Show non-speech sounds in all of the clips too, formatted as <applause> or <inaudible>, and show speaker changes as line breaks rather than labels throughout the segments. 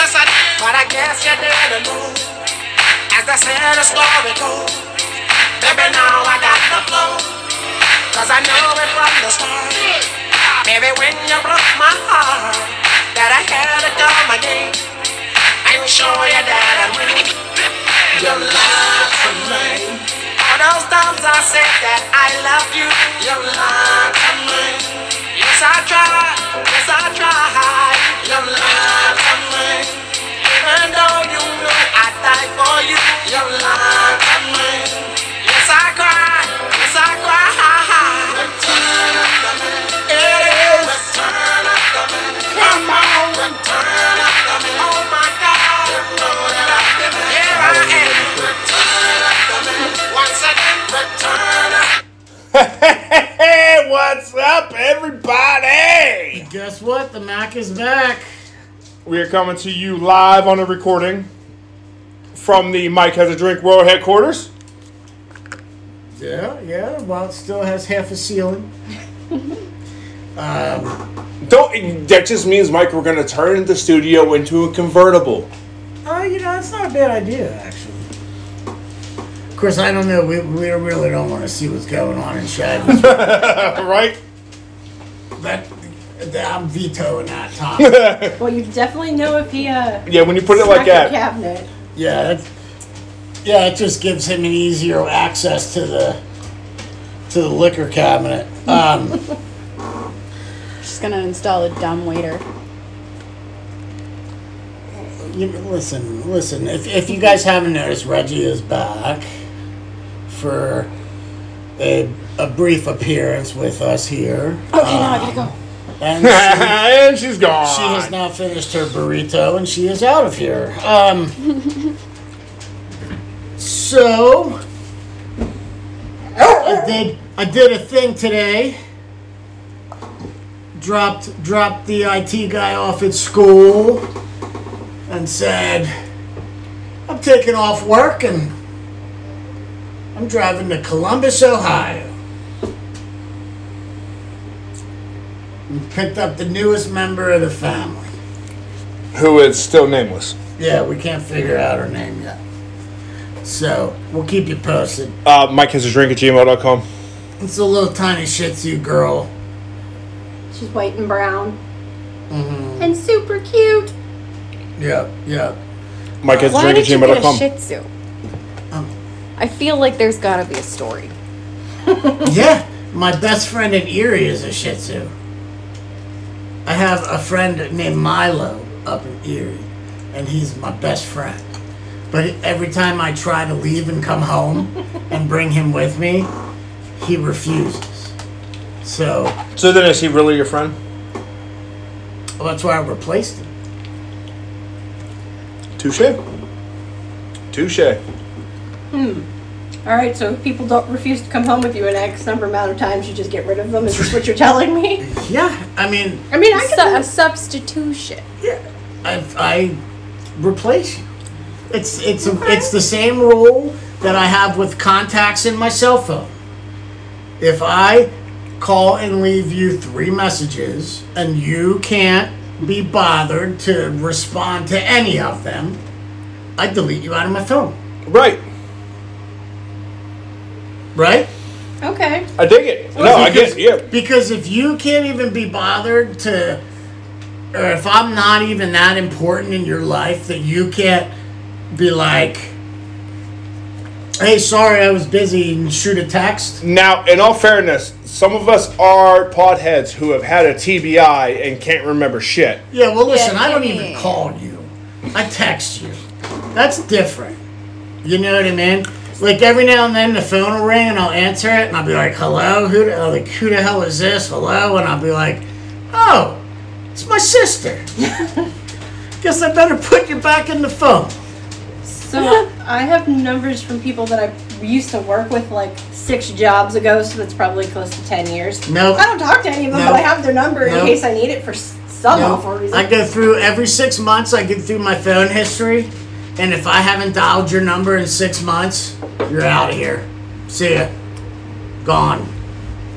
But I guess you didn't know. As the sad story goes, baby, now I got the flow. Cause I know it from the start. Baby, when you broke my heart, that I had to come again. I'm sure you that I will. Your love for me. All those times I said that I love you, you lied to me. Yes, I tried. Yes, I tried. You lied to me. Even though you knew I died for you, you lied to me. Yes, I cried. Yes, I cried. Return of the man. It is. Return of the man. Come on. Return of the man. Oh my God. You know that I've been Here I am. Return of the man. Once again, return of
Hey, what's up, everybody?
Guess what? The Mac is back.
We are coming to you live on a recording from the Mike Has a Drink World Headquarters.
Yeah, yeah. Well, it still has half a ceiling.
Don't that just means Mike? We're gonna turn the studio into a convertible.
Oh, you know, it's not a bad idea, actually. Of course, I don't know. We, we really don't want to see what's going on in Shaggy's.
All <laughs> right.
but I'm vetoing that, Tom.
Well, you definitely know if he uh.
Yeah, when you put it like
smacked your
that,
Cabinet.
yeah, that's, yeah. It just gives him an easier access to the to the liquor cabinet. Um,
Just gonna install a dumb waiter.
You, listen, listen. If, if you guys haven't noticed, Reggie is back for a, a brief appearance with us here.
Okay, now I gotta go.
<laughs>
And she,
and she's gone.
she has now finished her burrito and she is out of here. Um, so, I did, I did a thing today. Dropped, dropped the IT guy off at school and said, I'm taking off work and I'm driving to Columbus, Ohio. And picked up the newest member of the family.
Who is still nameless.
Yeah, we can't figure out her name yet. So we'll keep you posted.
Uh, Mike has a drink at gmail.com.
It's a little tiny Shih Tzu girl.
She's white and brown. And super cute.
Yep, yep.
Mike has a
Why
drink at
did you get a
gmail.com.
Shih Tzu?
Oh.
Um,
I feel like there's gotta be a story.
yeah, my best friend in Erie is a Shih Tzu. I have a friend named Milo up in Erie, and he's my best friend. But every time I try to leave and come home and bring him with me, he refuses. So
So then, is he really your friend?
well, that's why I replaced him.
Touche. Touche.
All right, so if people don't refuse to come home with you an X number amount of times, you just get rid of them. Is this what you're telling me?
Yeah, I mean,
I mean, I
Su-
can.
a substitution.
I, I replace you. It's it's it's the same rule that I have with contacts in my cell phone. If I call and leave you three messages and you can't be bothered to respond to any of them, I delete you out of my phone.
Right.
Right?
Okay.
I dig it. No, I
Because-
get it. Yeah.
Because if you can't even be bothered to, or if I'm not even that important in your life that you can't be like, hey, sorry, I was busy and shoot a text.
Now, in all fairness, some of us are podheads who have had a TBI and can't remember shit.
Yeah, well, listen, I don't
yeah,
even
yeah.
call you, I text you. That's different. You know what I mean? Like every now and then the phone will ring and I'll answer it and I'll be like, hello, who the, uh, like, who the hell is this? Hello? And I'll be like, oh, it's my sister. <laughs> Guess I better put you back in the phone.
So I have numbers from people that I used to work with like six jobs ago, so that's probably close to ten years.
No.
I don't talk to any of them,
No.
but I have their number
No.
in case I need it for s- some awful reason.
I go through every six months, I get through my phone history. And if I haven't dialed your number in six months, you're out of here. See ya. Gone.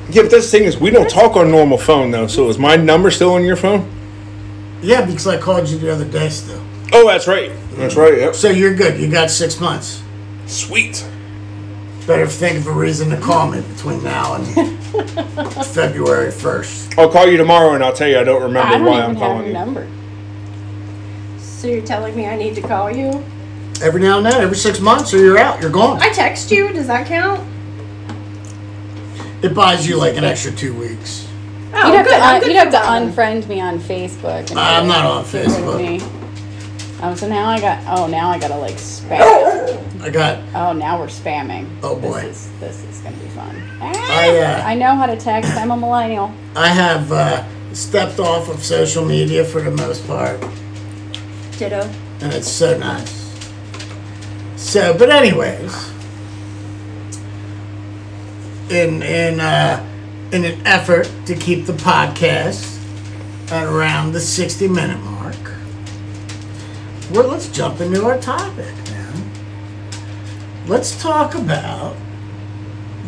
Yeah, but this thing is, we don't talk on normal phone though. So is my number still on your phone?
Yeah, because I called you the other day still.
Oh, that's right.
That's right. Yep.
So you're good. You got six months.
Sweet.
Better think of a reason to call me between now and February 1st.
I'll call you tomorrow and I'll tell you I don't remember
I don't
why I'm
even have
calling
her
you.
number.
So you're telling me I need to call you?
Every now and then, every six months, or you're out. You're gone.
I text you. Does that count?
It buys you like an extra two weeks.
Oh,
You'd have,
good.
to,
I'm
un-
good
you'd have
for
to
that.
unfriend me on Facebook. and
I'm not on
get rid of
Facebook.
me. Um, so now I got. Oh, now I gotta like spam.
I got.
oh, now we're spamming.
Oh, boy.
This is, this is gonna be fun. Ah,
I, uh,
I know how to text. I'm a millennial.
I have uh, stepped off of social media for the most part,
Ditto.
and it's so nice. So, but anyways, in in uh, in an effort to keep the podcast at around the sixty minute mark, well, let's jump into our topic now. Let's talk about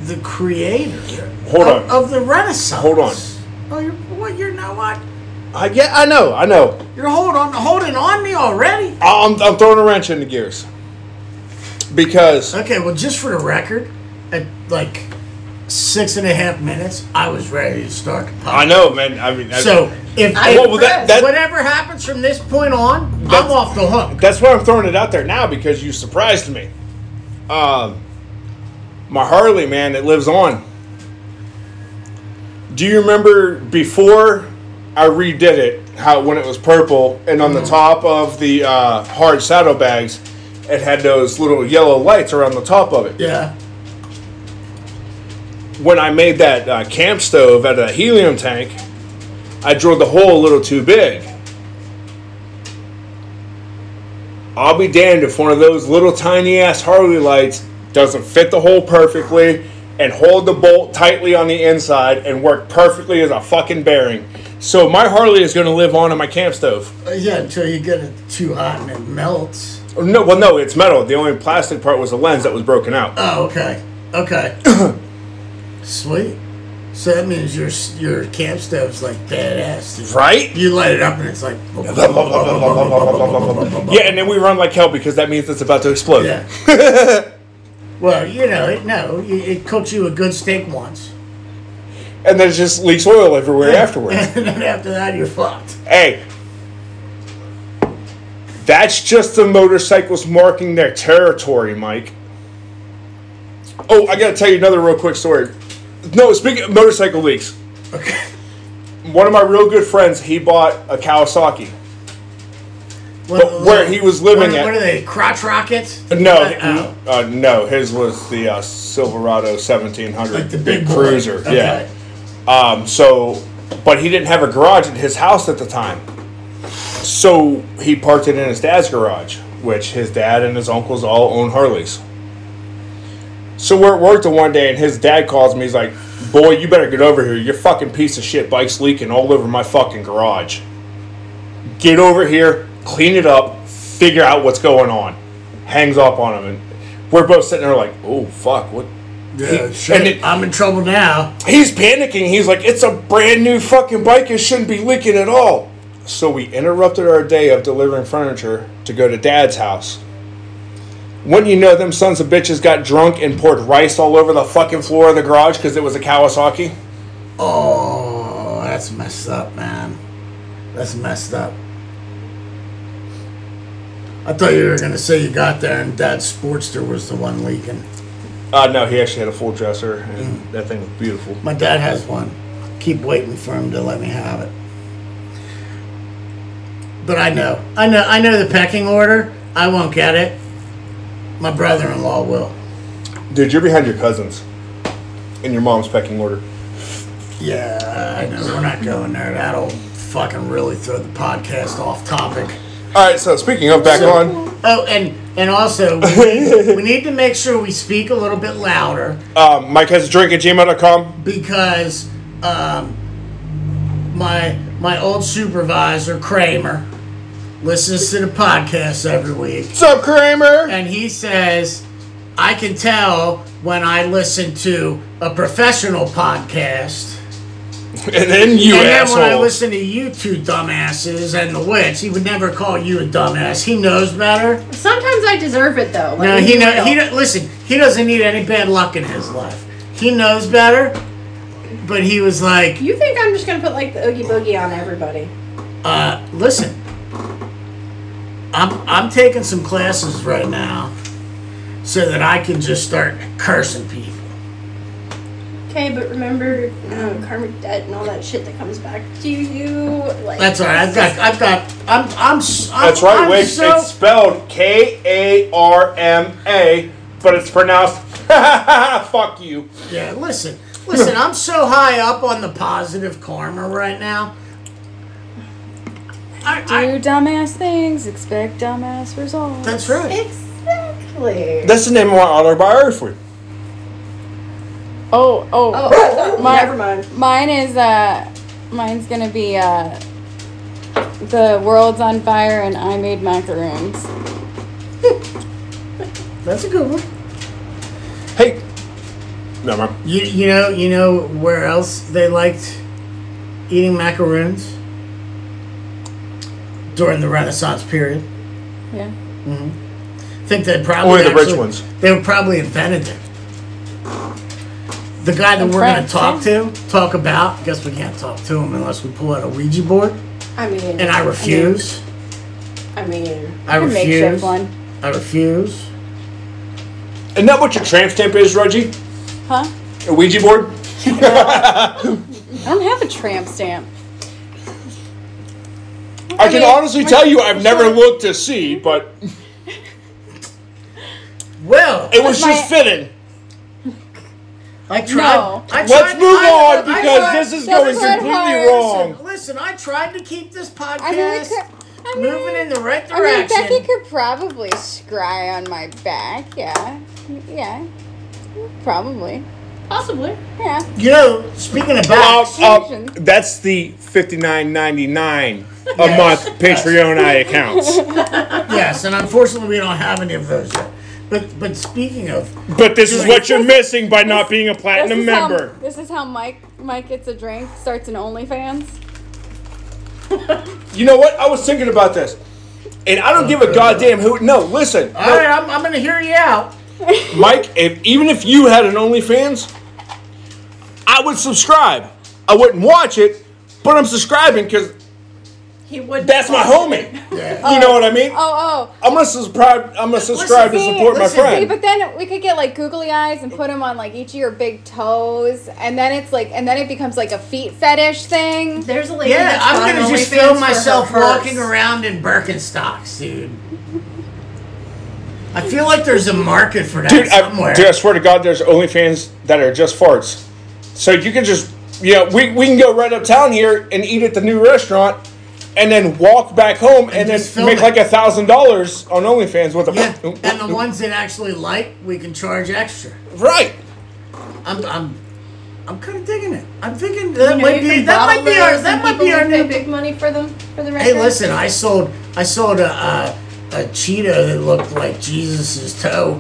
the creator
Hold
of,
on.
of the Renaissance.
Hold on.
Oh, you're what? You're not what?
I Uh, yeah, I know, I know.
You're hold on, holding on me already?
I'm, I'm throwing a wrench in the gears because
Okay, well, just for the record, at like six and a half minutes, I was ready to start. The podcast.
I know, man. I mean, I-
So if,
I-
if
Well, that- that-
whatever happens from this point on, I'm
That's-
off the hook.
that's why I'm throwing it out there now because you surprised me. Um, my Harley, man, it lives on. Do you remember before I redid it, how when it was purple and on the top of the uh, hard saddlebags, it had those little yellow lights around the top of it.
yeah.
when I made that uh, camp stove out of a helium tank, I drilled the hole a little too big. I'll be damned if one of those little tiny ass Harley lights doesn't fit the hole perfectly and hold the bolt tightly on the inside and work perfectly as a fucking bearing. So my Harley is going to live on in my camp stove.
Uh, Yeah, until you get it too hot and it melts.
No, well, no, it's metal. The only plastic part was the lens that was broken out.
Oh, okay, okay. Sweet. So that means your s- your camp stove's like badass.
Right?
You light it up and it's like.
<laughs> Yeah, and then we run like hell because that means it's about to explode.
<laughs> Yeah.
<laughs>
well, you know, it, no, it, it cooks you a good steak once,
and then it just leaks oil everywhere afterwards.
<laughs> and then after that, you're fucked.
hey, that's just the motorcycles marking their territory, Mike. Oh, I gotta tell you another real quick story. No, speaking of motorcycle leaks,
Okay.
one of my real good friends he bought a Kawasaki.
What-
But where he was living
what,
at-
What are they? Crotch rockets?
No,
Uh, oh,
uh, no, his was the uh, Silverado 1700,
like the
big,
big, boy.
cruiser.
Okay.
Yeah. Um, so, but he didn't have a garage at his house at the time. So he parked it in his dad's garage, which his dad and his uncles all own Harleys. So we're at work the one day, and his dad calls me. He's like, "Boy, you better get over here. Your fucking piece of shit bike's leaking all over my fucking garage. Get over here, clean it up, figure out what's going on." Hangs up on him, and we're both sitting there like, "Oh fuck, what
Yeah,
and
shit.
it-
I'm in trouble now.
He's panicking. He's like, it's a brand new fucking bike. It shouldn't be leaking at all. So we interrupted our day of delivering furniture to go to dad's house. Wouldn't you know them sons of bitches got drunk and poured rice all over the fucking floor of the garage because it was a Kawasaki?
Oh, that's messed up, man. That's messed up. I thought you were gonna say you got there and Dad Sportster was the one leaking.
Uh, no, he actually had a full dresser, and that thing was beautiful.
My dad has one. Keep waiting for him to let me have it. But I know, I know, I know the pecking order. I won't get it. My brother-in-law will.
Dude, you're behind your cousins in your mom's pecking order.
Yeah, I know. We're not going there. That'll fucking really throw the podcast off topic.
All right, so speaking of back on,
Oh, and
<laughs>
and also we need, we need to make sure we speak a little bit louder
um, Mike has a drink at gmail.com.
because um, my my old supervisor Kramer listens to the podcast every week.
What's up, Kramer?
and he says, I can tell when I listen to a professional podcast
And then you
and then
asshole.
when I listen to you two dumbasses and the witch, he would never call you a dumbass. He knows better.
Sometimes I deserve it though. Like,
No, he know
will.
he don't- listen. He doesn't need any bad luck in his life. He knows better. But he was like,
You think I'm just gonna put like the oogie boogie on everybody?
uh, listen, I'm I'm taking some classes right now, so that I can just start cursing people.
Okay, but remember um, karmic debt and all that shit that comes back to you. Like
That's all right. I've got I've got I'm I'm. s- I'm
That's right,
I'm
Wig.
so-
it's spelled K A R M A, but it's pronounced <laughs> fuck you.
Yeah, listen, listen. I'm so high up on the positive karma right now. I,
Do
I,
dumbass things, expect dumbass results.
that's right.
exactly.
That's the name of my autobiography.
Oh, oh.
Oh, oh,
My-
never mind.
Mine is, uh, mine's gonna be, uh, the world's on fire and I made macaroons.
That's a good one.
Hey, never mind.
You you know you know where else they liked eating macaroons during the Renaissance period.
Yeah.
I think they probably
Only the rich
actually-
ones.
They were probably invented there. The guy that
In
we're
France,
going to talk to, talk about. Guess we can't talk to him unless we pull out a Ouija board,
I mean,
and I refuse.
I mean,
I
A makeshift
refuse.
one.
I refuse.
Isn't that what your tramp stamp is, Reggie?
Huh?
A Ouija board?
I don't have a tramp stamp.
I can
Okay.
honestly tell you I've never looked to see, but
Well,
it was
my-
just fitting.
I tried.
No.
I tried
Let's move
I-
on
I
because
tried-
this is
that's
going
what
completely
hurts.
wrong.
Listen, I tried to keep this
I mean,
podcast
it could, I mean,
moving in the right
I mean,
direction.
Becky could probably scry on my back. Yeah. Yeah. Probably.
possibly.
Yeah.
you know, speaking of
Well,
<laughs> backs,
uh, that's the fifty nine ninety nine a month Patreon I accounts.
yes, and unfortunately we don't have any of those yet. But but speaking of,
But this is what you're missing by not being a platinum
is um, how-
member.
this is how Mike Mike gets a drink, starts an OnlyFans.
You know what? I was thinking about this. And I don't give a goddamn who. No, listen.
all right, I'm, I'm going to hear you out.
Mike, if even if you had an OnlyFans, I would subscribe. I wouldn't watch it, but I'm subscribing because
He would.
that's my homie.
Yeah.
You know what I mean?
Oh, oh.
I'm gonna subscribe. I'm gonna subscribe to
See,
support my
listen, See,
friend.
but then we could get like googly eyes and put them on like each of your big toes, and then it's like, and then it becomes like a feet fetish thing.
There's a
<laughs>
lady.
Yeah,
that's
I'm
on
going to just
OnlyFans
film
for
myself
her purse.
walking around in Birkenstocks, dude. I feel like there's a market for that
Dude, I,
somewhere.
dude, I swear to God, there's OnlyFans that are just farts. So you can just, you know, we, we can go right uptown here and eat at the new restaurant and then walk back home and,
just
then
film
make
it.
like a thousand dollars on OnlyFans with a
yeah, and
oh.
the ones that actually like, we can charge extra.
right.
I'm, I'm, I'm kind of digging it. I'm thinking that
You know,
might
you
be
can
that
bottle
might be our
those
that
and
might
people
be
will
our
pay
new.
big money for them for the record.
Hey, listen, I sold I sold a a, a Cheeto that looked like Jesus's toe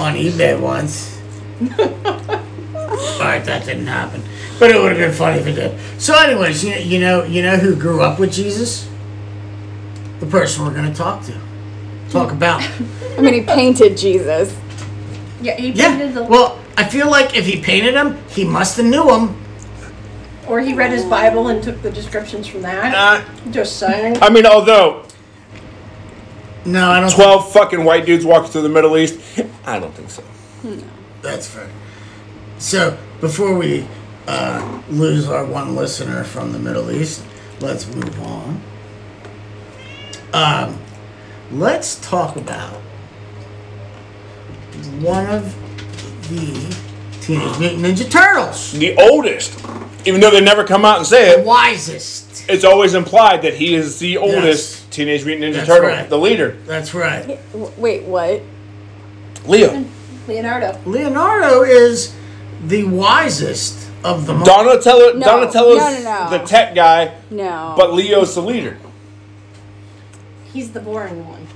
on eBay once. All right, that didn't happen, but it would have been funny if it did. So, anyways, you, you know you know who grew up with Jesus? The person we're gonna talk to, talk about.
I mean, he painted Jesus.
Yeah, he painted
Yeah.
the.
Well, I feel like if he painted him, he must have knew him.
or he read his Bible and took the descriptions from that.
Uh,
just saying.
I mean, although
No, I don't.
12 fucking white dudes walking through the Middle East, I don't think so.
That's fair. So before we uh, lose our one listener from the Middle East, let's move on. Um, let's talk about one of the Teenage Mutant Ninja Turtles,
The oldest, even though they never come out and say
the
it,
wisest.
it's always implied that he is the oldest Teenage Mutant Ninja
That's
Turtle,
right.
the leader,
That's right.
W- Wait, what?
Leo.
Leonardo.
Leonardo is the wisest of them all.
Donatello,
No,
Donatello's
no, no, no.
the tech guy,
No.
but Leo's the leader.
He's the boring one.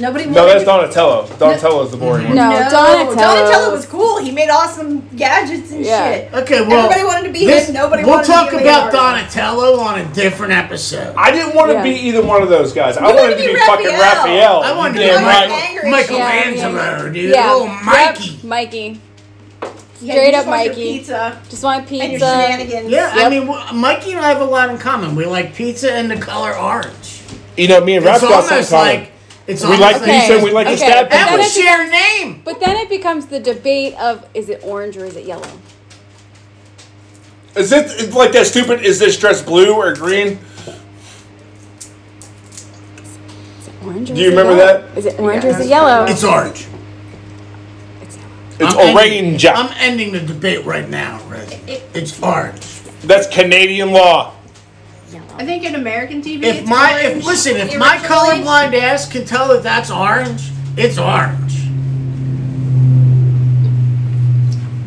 Nobody.
No,
wanted
that's
to-
Donatello. Donatello's the boring one.
No, Donatello.
Donatello was cool. He made awesome gadgets and
Yeah.
shit.
Okay, well,
everybody wanted to be
this-
him. Nobody
We'll
wanted to be
talk about
Leonardo.
Donatello on a different episode.
I didn't want to
Yeah.
be either one of those guys. I
You
wanted to be fucking
Raphael.
Raphael.
I wanted to
Oh, Damn
be
right.
Raphael. angry as shit.
Michelangelo,
Yeah,
dude.
Yeah.
Oh, Mikey.
Yep, Mikey.
Yeah,
Straight
you just want
up
your
Mikey.
Pizza
Just want pizza.
and your shenanigans.
Yeah, I
Yep.
mean, w- Mikey and I have a lot in common. We like pizza and the color orange.
You know, me and Raph
It's
got something in
almost
common.
like it's
we like
almost
Okay.
pizza and we like to
Okay.
stab
That
people.
And we
Dennis-
share a name.
But then it becomes the debate of is it orange or is it yellow?
Is it it's like that stupid? Is this dress blue or green?
Is it orange or
Do
is
you
it
remember
yellow?
that?
Is it orange or is it yellow?
It's orange.
It's yellow.
It's
I'm ending-
orange.
I'm ending the debate right now, Reggie. It's orange.
That's Canadian law.
I think in American TV,
If
it's
my
orange
if listen, if my
originally.
colorblind ass can tell that that's orange, it's orange.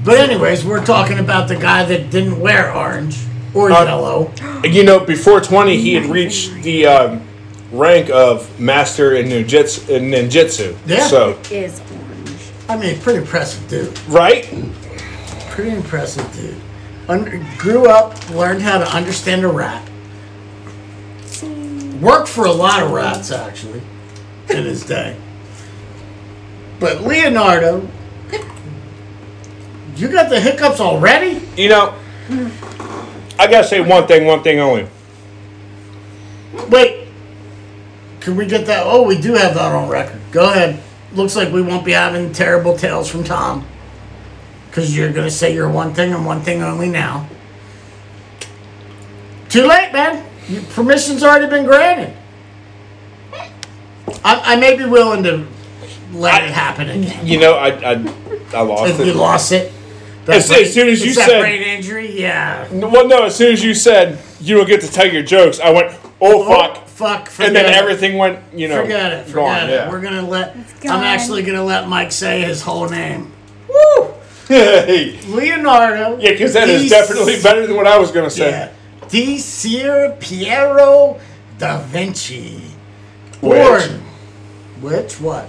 But anyways, we're talking about the guy that didn't wear orange or
Uh,
yellow.
You know, before 20, he had reached the um, rank of master in ninjutsu. In ninjutsu.
Yeah.
So,
Is orange.
I mean, pretty impressive dude.
right?
Pretty impressive dude. Under, grew up, learned how to understand a rat. Worked for a lot of rats actually, to this day. But Leonardo, you got the hiccups already?
You know, I gotta say one thing, one thing only.
Wait. Can we get that? Oh, we do have that on record. Go ahead. Looks like we won't be having terrible tales from Tom. Because you're going to say your one thing and one thing only now. Too late, man. Your permission's already been granted. I, I may be willing to let it happen again.
You know, I I, I lost
If we
it.
lost it.
As- as soon as you
It's that
said-
brain injury, yeah.
Well, no. As soon as you said you don't get to tell your jokes, I went, "Oh fuck!"
Oh, fuck.
and then
forget it.
everything went, you know,
Forget it. Forget
gone,
it.
yeah. <laughs>
We're gonna let. I'm
gone.
actually gonna let Mike say his whole name.
Hey.
Leonardo.
Yeah, because that is
Di-
definitely better than what I was gonna say.
Yeah. Di Sir Piero da Vinci.
Which?
Born. Which what?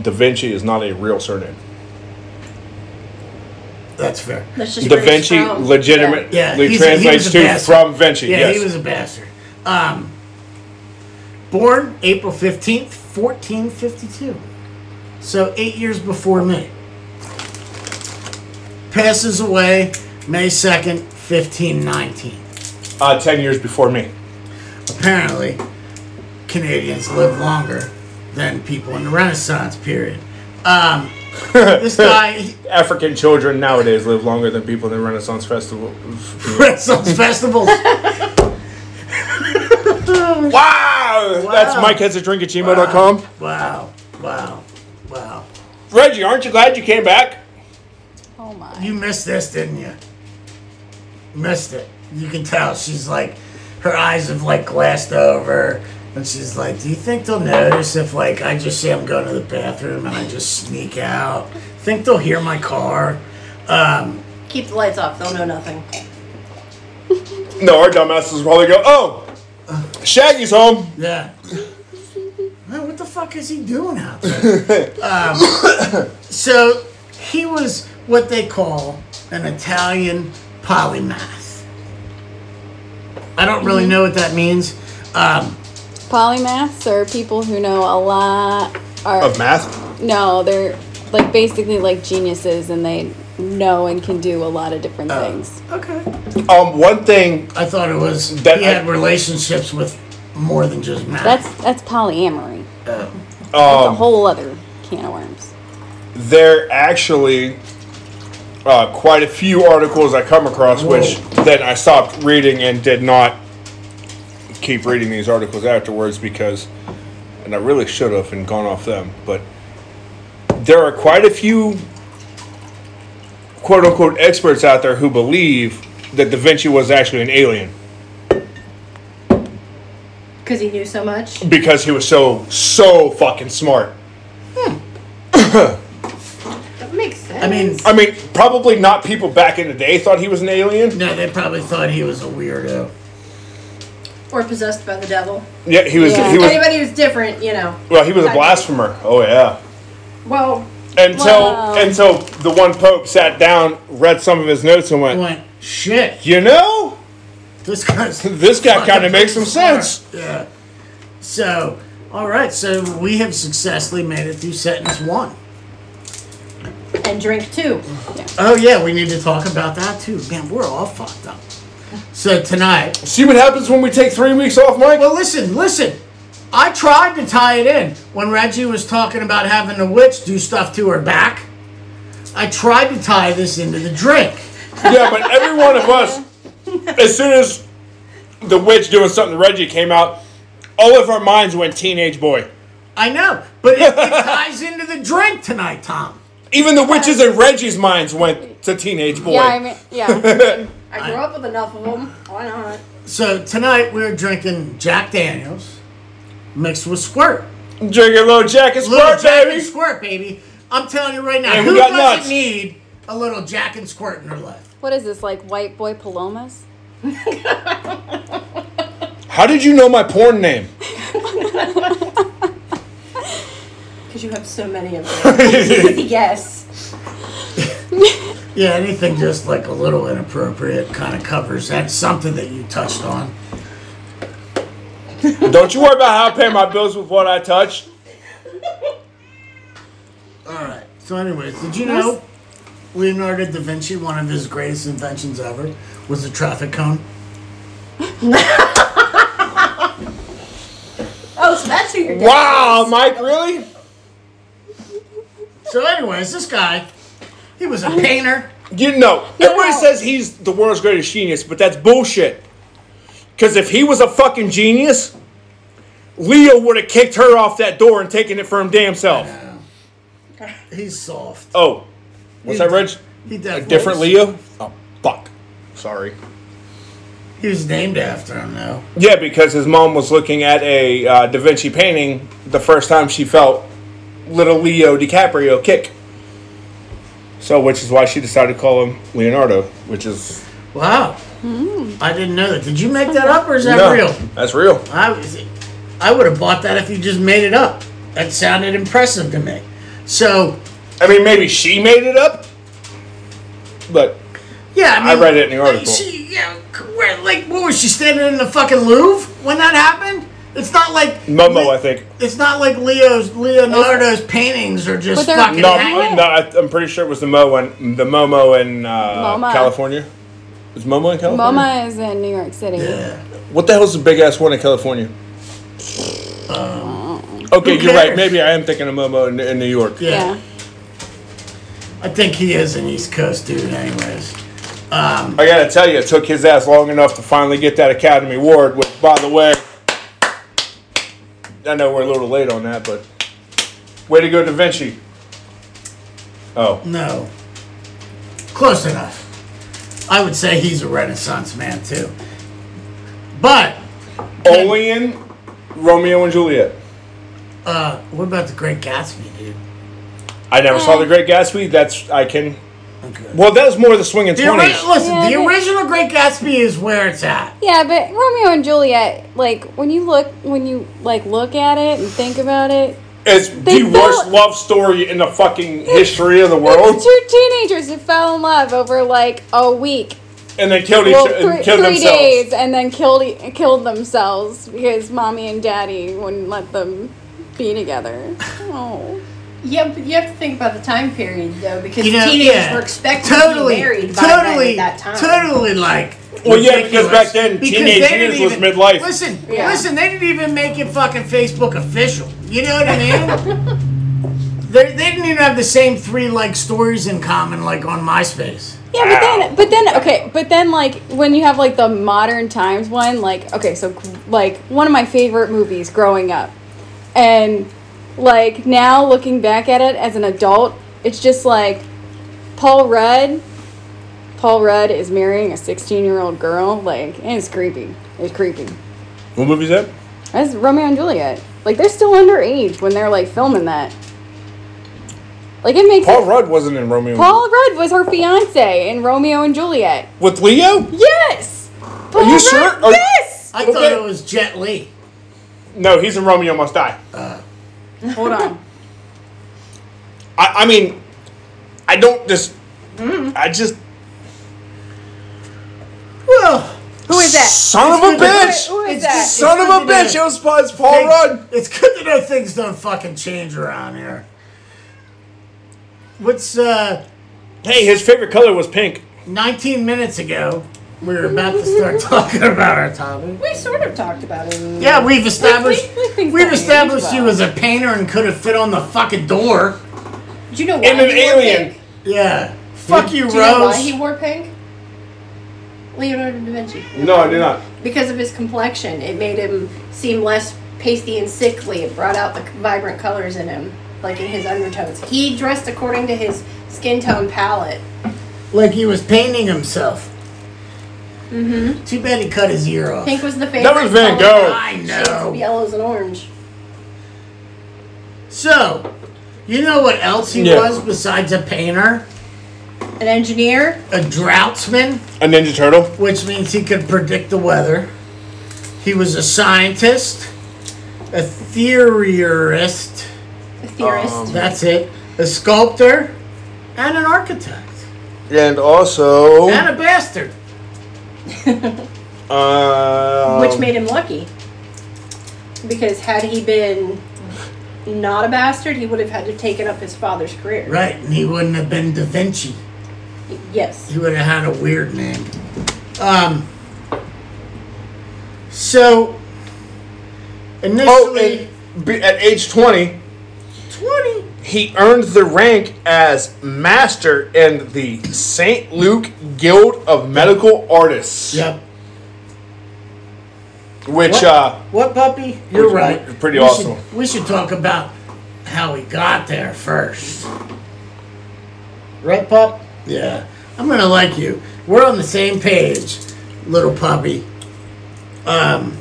Da Vinci is not a real surname.
That's fair.
That's just
da
where he's
Vinci
from.
legitimately
Yeah, he's a- he
translates
was a
to
bastard.
from Vinci.
Yeah,
yes.
he was a bastard. Um, born April fifteenth, fourteen fifty-two. So eight years before me. Passes away May second, fifteen nineteen.
uh, ten years before me.
Apparently, Canadians live longer than people in the Renaissance period.
<laughs>
Um, this guy, he- <laughs>
African children nowadays live longer than people in the Renaissance Festival.
Renaissance festivals.
Wow! That's Mike has a drink at gmail.com.
Wow, wow, wow.
Reggie, aren't you glad you came back?
Oh my.
You missed this, didn't you? Missed it. You can tell she's like, her eyes have like glassed over, and she's like, "Do you think they'll notice if like I just say I'm going to the bathroom and I just sneak out? Think they'll hear my car?" Um,
Keep the lights off. They'll know nothing.
No, our dumbasses probably go, oh, Shaggy's home.
yeah. Man, what the fuck is he doing out there? um, so he was what they call an Italian polymath. I don't really know what that means. Um,
Polymaths are people who know a lot. Are
Of math?
no, they're like basically like geniuses, and they know and can do a lot of different
Oh.
things.
okay.
Um, one thing,
I thought it was
That
he
I-
had relationships with more than just math.
That's that's polyamory.
Oh.
That's a
um,
whole other can of worms.
there actually uh, quite a few articles I come across, which then I stopped reading and did not keep reading these articles afterwards because, and I really should have and gone off them, but there are quite a few quote unquote experts out there who believe that Da Vinci was actually an alien
Because he knew so much.
because he was so, so fucking smart.
That makes sense.
I mean,
I mean, probably not people back in the day thought he was an alien.
no, they probably thought he was a weirdo.
or possessed by the devil.
Yeah, he was. He was.
Anybody who's different, you know.
Well, he was a
I-
blasphemer. Oh yeah.
Well,
Until
Wow.
until the one pope sat down, read some of his notes, and
I
went,
went, shit,
you know,
<laughs> this guy's.
this guy kind of makes some sense.
Yeah. So, all right, so we have successfully made it through sentence one.
and drink too.
Oh, yeah, we need to talk about that too. Man, we're all fucked up. So, tonight,
See what happens when we take three weeks off, Mike.
Well, listen, listen. I tried to tie it in when Reggie was talking about having the witch do stuff to her back. I tried to tie this into the drink.
Yeah, but every one of us, as soon as the witch doing something to Reggie came out, all of our minds went teenage boy.
I know, but
<laughs>
it, it ties into the drink tonight, Tom.
Even the witches in Reggie's minds went to teenage boy.
Yeah, I mean,
<laughs>
yeah.
I grew up with enough of them. Why not?
So tonight we're drinking Jack Daniels mixed with Squirt.
Drinking little Jack and
Little
Squirt,
Jack and
baby.
Squirt, baby. I'm telling you right now,
And we
who
got
doesn't
nuts.
need a little Jack and Squirt in her life?
what is this like, white boy palomas?
How did you know my porn name?
Because you have so many of them. yes.
Yeah, anything just like a little inappropriate kind of covers that. Something that you touched on.
Don't you worry about how I pay my bills with what I touch.
All right. So, anyways, did you know Leonardo da Vinci, one of his greatest inventions ever, was a traffic cone?
Oh, so that's who you're dating.
Wow, Mike, really?
So, anyways, this guy, he was a painter.
You know, everybody says he's the world's greatest genius, but that's bullshit. Because if he was a fucking genius, Leo would have kicked her off that door and taken it for him damn self.
He's soft.
Oh, what's that, Reg?
He definitely
Different
was-
Leo? Oh, fuck. Sorry.
He was named after him, though.
Yeah, because his mom was looking at a uh, Da Vinci painting the first time she felt little Leo DiCaprio kick. So, which is why she decided to call him Leonardo, which is
Wow. I didn't know that. Did you make that up or is that
No,
real?
That's real.
I was, I would have bought that if you just made it up. That sounded impressive to me. So,
I mean, maybe she made it up, but
yeah, I
I
mean,
read it in the
like,
article.
She, yeah, where, like, what was she standing in the fucking Louvre when that happened? It's not like
Momo,
Le-
I think.
It's not like Leo's Leonardo's paintings are just
But they're-
fucking.
No,
hanging.
no, I, I'm pretty sure it was the Mo and the Momo in uh,
MoMA.
California. Is Momo in California?
Mama is in New York City.
Yeah.
What the hell's the big ass one in California? okay,
Who
you're right.
cares?
Maybe I am thinking of Momo in, in New York.
Yeah.
Yeah.
I think he is an East Coast dude, anyways.
I gotta tell you, it took his ass long enough to finally get that Academy Award. Which, by the way, I know we're a little late on that, but way to go, Da Vinci. Oh,
No. Close enough. I would say he's a Renaissance man too. But
only in Romeo and Juliet.
uh, what about the Great Gatsby, dude?
I never saw The Great Gatsby. That's I can.
Okay.
Well, that was more the swinging
The ori-
twenties.
listen,
Yeah,
the
but-
original Great Gatsby is where it's at.
Yeah, but Romeo and Juliet, like when you look when you like look at it and think about it,
It's
They
the worst
fell-
love story in the fucking history of the world,
<laughs> it's two teenagers who fell in love over like a week,
and they killed each
well,
and
three,
killed
three
themselves.
days, and then killed e- killed themselves because mommy and daddy wouldn't let them be together. Oh,
Yeah, but you have to think about the time period though, because
You know,
teenagers
yeah.
were expected
totally,
to be married by then
totally,
at that time.
Totally like.
Well, yeah, because
ridiculous.
back then,
Because
teenage
they didn't
years was
even-
midlife.
Listen,
Yeah.
listen, they didn't even make it fucking Facebook official. You know what I mean?
<laughs>
they, they didn't even have the same three like stories in common like on MySpace.
Yeah, but then, but then, okay, but then, like when you have like the modern times one, like okay, so like one of my favorite movies growing up, and like now looking back at it as an adult, it's just like Paul Rudd. Paul Rudd is marrying a sixteen-year-old girl, like, and it's creepy. It's creepy.
What movie's that?
That's Romeo and Juliet. Like they're still underage when they're like filming that. Like it makes
Paul Rudd wasn't in Romeo. and
Paul Rudd was her fiance in Romeo and Juliet.
Juliet. with Leo.
Yes. Are
you sure? Are-
yes. Yes.
I thought
Okay.
it was Jet Li.
No, he's in Romeo Must Die.
Hold on.
I, I mean, I don't just.
Mm-hmm.
I just.
Well,
Who is that?
Son of a
good to-
bitch!
Who is
It's
that?
just-
Son
It's
of a
good to
bitch!
know.
It was Paul it's Paul Rudd.
It's good to know things don't fucking change around here. What's uh,
Hey, his favorite color was pink.
19 minutes ago? We were about to start <laughs> talking about our topic.
<laughs> We sort of talked about it.
Yeah, we've
<laughs>
established
We- we think
we've
that
established
means
he
well.
was a painter and could have fit on the fucking door.
Do you know why?
And an
he wore
alien.
Pink?
Yeah. Fuck you,
Do you know why
Rose.
he wore pink? Leonardo da Vinci.
No, I do not.
Because of his complexion, it made him seem less pasty and sickly. It brought out the vibrant colors in him, like in his undertones. He dressed according to his skin tone palette.
Like he was painting himself. Mm-hmm. Too bad he cut his ear off. Oh,
Pink was the favorite.
That was Van
color.
Gogh.
I
Shades of
know.
yellows and orange.
So, you know what else he
Yeah.
was besides a painter?
An engineer.
A droughtsman,
A Ninja Turtle?
which means he could predict the weather. He was a scientist, a theorist.
A theorist.
That's it. A sculptor and an architect.
And also.
And a bastard.
Uh,
which made him lucky. Because had he been not a bastard, he would have had to taken up his father's career.
Right, and he wouldn't have been Da Vinci.
Yes.
He would have had a weird name. Um. So, initially,
Oh, and be- at age 20,
20.
he earned the rank as Master in the St. Luke Guild of Medical Artists.
Yep.
Which,
What,
uh,
what puppy? You're
Which-
right.
which- pretty
we
awesome.
Should, we should talk about how he got there first. Right, pup? Yeah. I'm gonna like you. We're on the same page, little puppy. Um.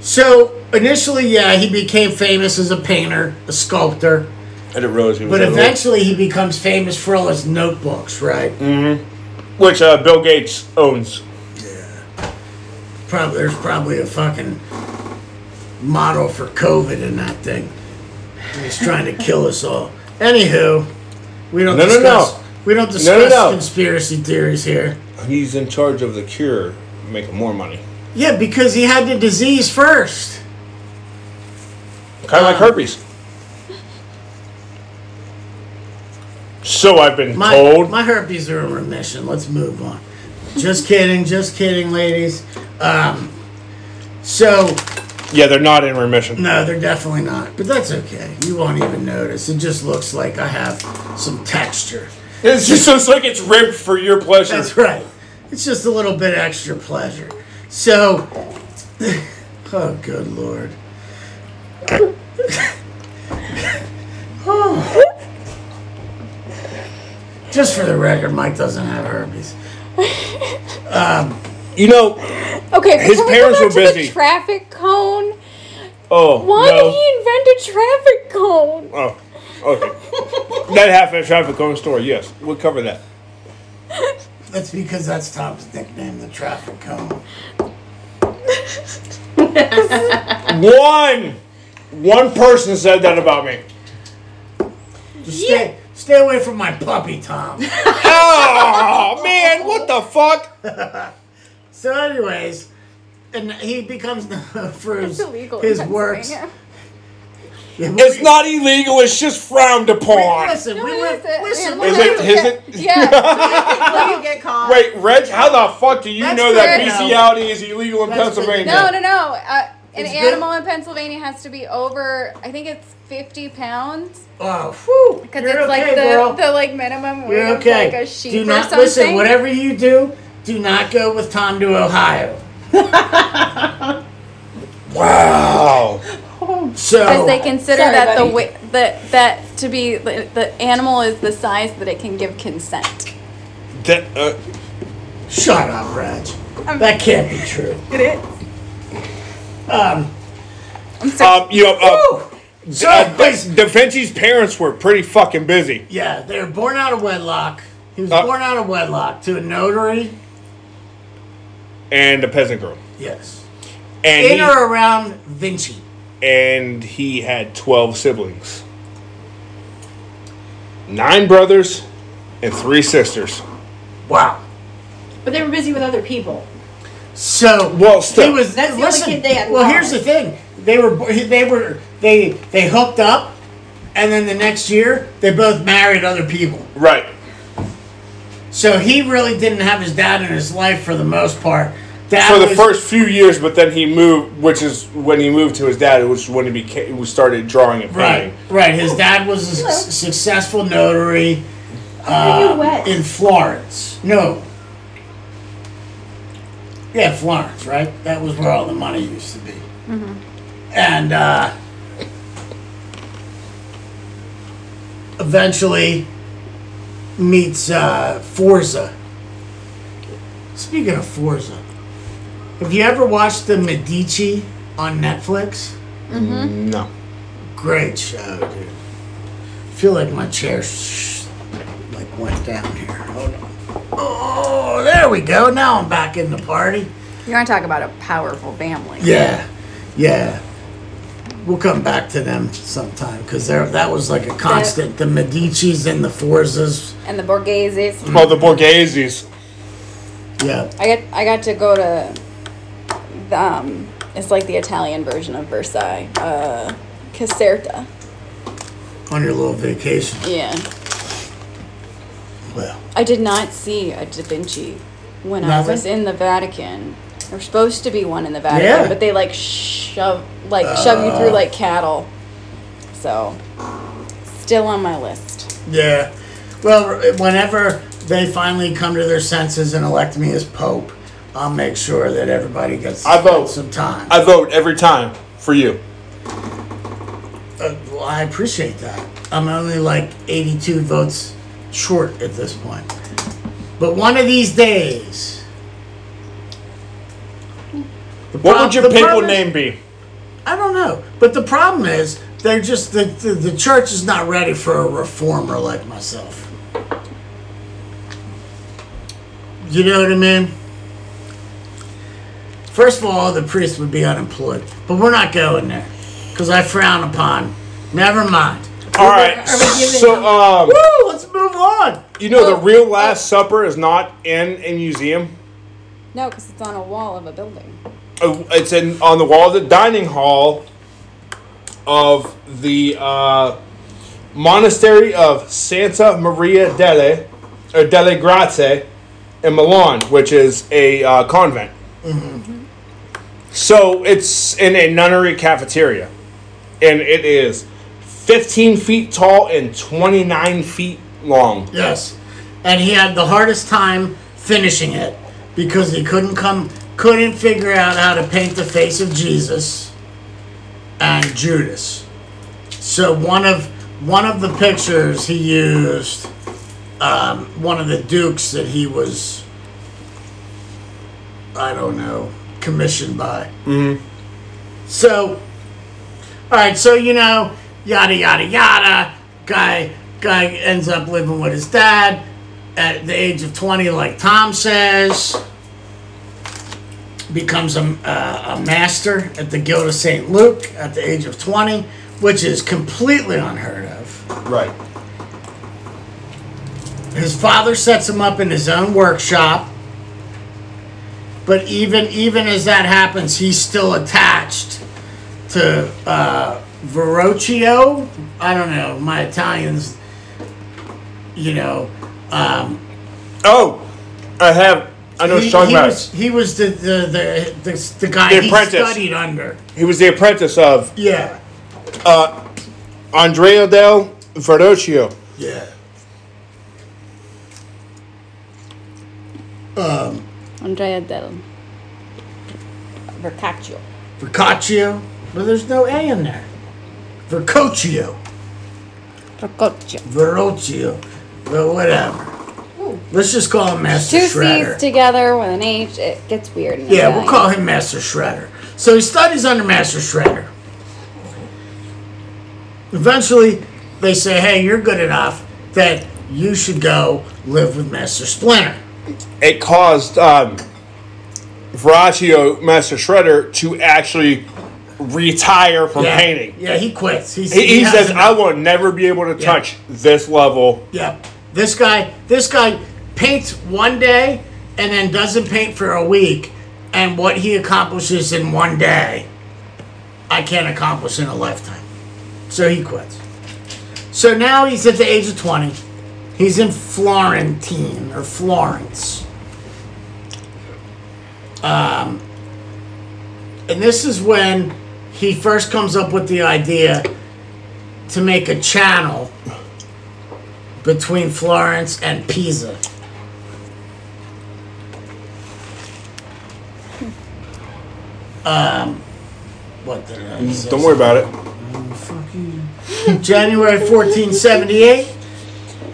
So initially, yeah, he became famous as a painter, a sculptor,
I didn't realize he was
but
that old.
eventually he becomes famous for all his notebooks, right?
Which uh, Bill Gates owns.
Probably there's probably a fucking model for COVID in that thing. He's trying to kill us all. Anywho, we don't
No, no, no.
discuss we don't discuss
no.
conspiracy theories here.
He's in charge of the cure, making more money.
Yeah, because he had the disease first.
Kind of like herpes. So I've been
My
told.
my herpes are in remission. Let's move on. Just kidding, just kidding, ladies. Um, so
yeah, they're not in remission.
No, they're definitely not. But that's okay. You won't even notice. It just looks like I have some texture.
It's just it's like it's ripped for your pleasure.
That's right. It's just a little bit extra pleasure. So, <laughs> oh, good lord. <laughs> Oh. Just for the record, Mike doesn't have herpes.
You know,
Okay, but
His
can we go
parents
back
were
to the
busy.
traffic cone.
oh
Why
no.
did he invent a traffic cone?
Oh, okay. that half of the traffic cone story. Yes, we'll cover that.
That's because that's Tom's nickname, the traffic cone.
One, one person said that about me.
Just stay, stay away from my puppy,
<laughs>
Tom.
Oh man, what the fuck?
So, anyways, and he becomes known for his,
It's illegal. in
his works. <laughs>
Pennsylvania.
Yeah, we-
It's not illegal. It's just frowned upon.
Listen,
No,
we
it
live.
isn't.
Listen, we
Yeah, look
Is
live-
it? Is it?
Yeah.
Don't get caught.
Wait, Reg, how the fuck do you
That's
know that
fair.
bestiality is illegal in
That's fair.
Pennsylvania?
<laughs> No, no, no. Uh, an
It's good.
animal in Pennsylvania has to be over. I think it's fifty pounds
Oh, whew.
because
You're
it's like
okay,
the
girl.
the like minimum weight
You're
of
okay.
like a sheep
do
or
not
something.
listen. Whatever you do, do not go with Tom to Ohio. <laughs>
Wow.
Because
So
they consider
Sorry,
that
buddy.
the way that that to be the, the animal is the size that it can give consent.
That, uh,
shut up, Reg. That can't be
<laughs>
true.
It is.
Um,
um, you know, uh,
whew.
uh, Da Vinci's parents were pretty fucking busy.
yeah, they were born out of wedlock. He was
Uh,
born out of wedlock to a notary
and the peasant girl.
Yes.
And
In
he,
or around Vinci.
and he had 12 siblings. 9 brothers and 3 sisters.
Wow.
But they were busy with other people.
So
Well, still.
he was.
That's the only
listen,
kid they had
well,
wrong.
here's the thing: they were they were they they hooked up, and then the next year they both married other people.
Right.
So he really didn't have his dad in his life for the most part. Dad
For the
was-
first few years, but then he moved, which is when he moved to his dad, which is when he became, he started drawing and
right,
painting.
right. His dad was a su- successful notary
Are you wet?
in Florence. No. Yeah, Florence, right? That was where all the money used to be. And uh, eventually meets uh, Forza. Speaking of Forza, have you ever watched the Medici on Netflix?
No.
Great show, dude. feel like my chair sh- like went down here. Hold on. Oh, there we go. Now I'm back in the party.
You're gonna talk about a powerful family.
Yeah, yeah. We'll come back to them sometime because that was like a constant. The Medici's and the Forzas.
And the Borghese's.
Well, the Borghese's.
Yeah.
I got I got to go to the, um it's like the Italian version of Versailles. Uh Caserta.
On your little vacation.
Yeah.
Well,
I did not see a Da Vinci when
Nothing?
I was in the Vatican. There's supposed to be one in the Vatican,
Yeah.
but they like shove like shove you through like cattle. So still on my list.
yeah. Well, whenever they finally come to their senses and elect me as Pope, I'll make sure that everybody gets
I vote.
some time.
I vote every time for you.
Uh, well, I appreciate that. I'm only like 82 votes short at this point. But one of these days. The
What
prob-
would your
the
papal
problem-
name be?
I don't know. But the problem is, they're just, the, the, the church is not ready for a reformer like myself. You know what I mean? First of all, the priest would be unemployed. But we're not going there. Because I frown upon. Never mind.
All right.
are we giving
So, um,
Woo, let's move on.
you know, the real Last
uh,
Supper is not in a museum.
No, because it's on a wall of a building.
Uh, It's in on the wall of the dining hall of the uh, monastery of Santa Maria delle or delle Grazie in Milan, which is a uh, convent. So it's in a nunnery cafeteria, and it is 15 feet tall and 29 feet long.
Yes. And he had the hardest time finishing it because he couldn't come couldn't figure out how to paint the face of Jesus and Judas. So one of one of the pictures he used um, one of the dukes that he was I don't know commissioned by. Mm-hmm. So all right, so you know, yada yada yada. Guy guy ends up living with his dad at the age of twenty, like Tom says. Becomes a, uh, a master at the Guild of St. Luke at the age of twenty, which is completely unheard of.
Right.
His father sets him up in his own workshop. But even even as that happens, he's still attached to uh, Verrocchio. I don't know. My Italians, you know, um,
Oh, I have. I know
he,
Sean
he
Madden.
was he was the the the, the, the guy
The
he
apprentice.
studied under.
He was the apprentice of
Yeah,
Andrea del Verrocchio.
yeah.
Andrea del Vercaccio.
Verrocchio, but there's no A in there. Verrocchio.
Vercaccio.
Verrocchio, but whatever. Let's just call him Master
Two
Shredder.
C's together with an H, it gets weird. in
yeah, we'll
Italian.
call him Master Shredder. So he studies under Master Shredder. Eventually, they say, "Hey, you're good enough that you should go live with Master Splinter."
It caused um, Verraccio, Master Shredder, to actually retire from
yeah.
painting.
Yeah, he quits. He's,
He, he
has
says,
enough.
"I will never be able to
Yeah.
touch this level."
Yeah, this guy, this guy paints one day and then doesn't paint for a week, and what he accomplishes in one day, I can't accomplish in a lifetime. So he quits. So now he's at the age of twenty. He's in Florentine or Florence. Um, and this is when he first comes up with the idea to make a channel between Florence and Pisa. Um, what did I say?
Don't worry about it.
January 1478,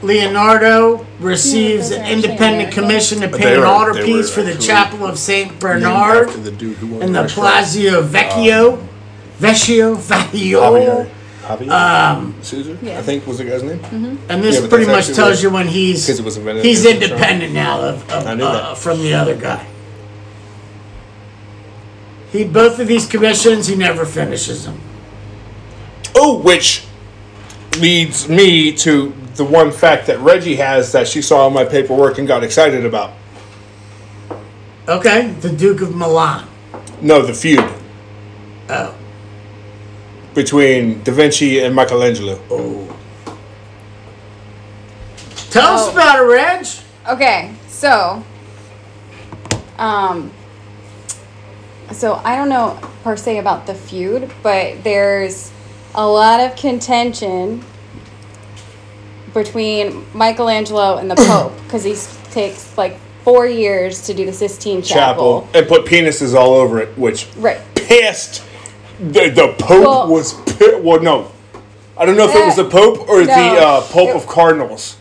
Leonardo receives an independent commission to paint
They
an
were-
altarpiece
they were
for the
actually
chapel of Saint
Named
Bernard
after the Um, dude who won
in the
Russia.
Palazzo Vecchio, Vecchio, Vecchio,
Javier. Javier? Um, Caesar?
yeah.
I think was the guy's name.
and this
Yeah, but
pretty
that's
much
actually
tells
what-
you when he's
'cause it was invented
he's
in Russia.
independent now of, of
I knew
uh,
that.
from the other guy. He both of these commissions he never finishes them.
Oh, which leads me to the one fact that Reggie has that she saw in my paperwork and got excited about.
Okay, the Duke of Milan.
No, the feud
Oh,
between Da Vinci and Michelangelo.
oh. Tell us
Oh.
about it, Reg.
Okay, so, um, so I don't know per se about the feud, but there's a lot of contention between Michelangelo
<coughs>
and the Pope because he s- takes like four years to do the Sistine Chapel.
Chapel and put penises all over it, which
Right.
pissed the, the Pope
Well-
was pi- well no. I don't know if it was the Pope or
No.
the uh, Pope
It-
of Cardinals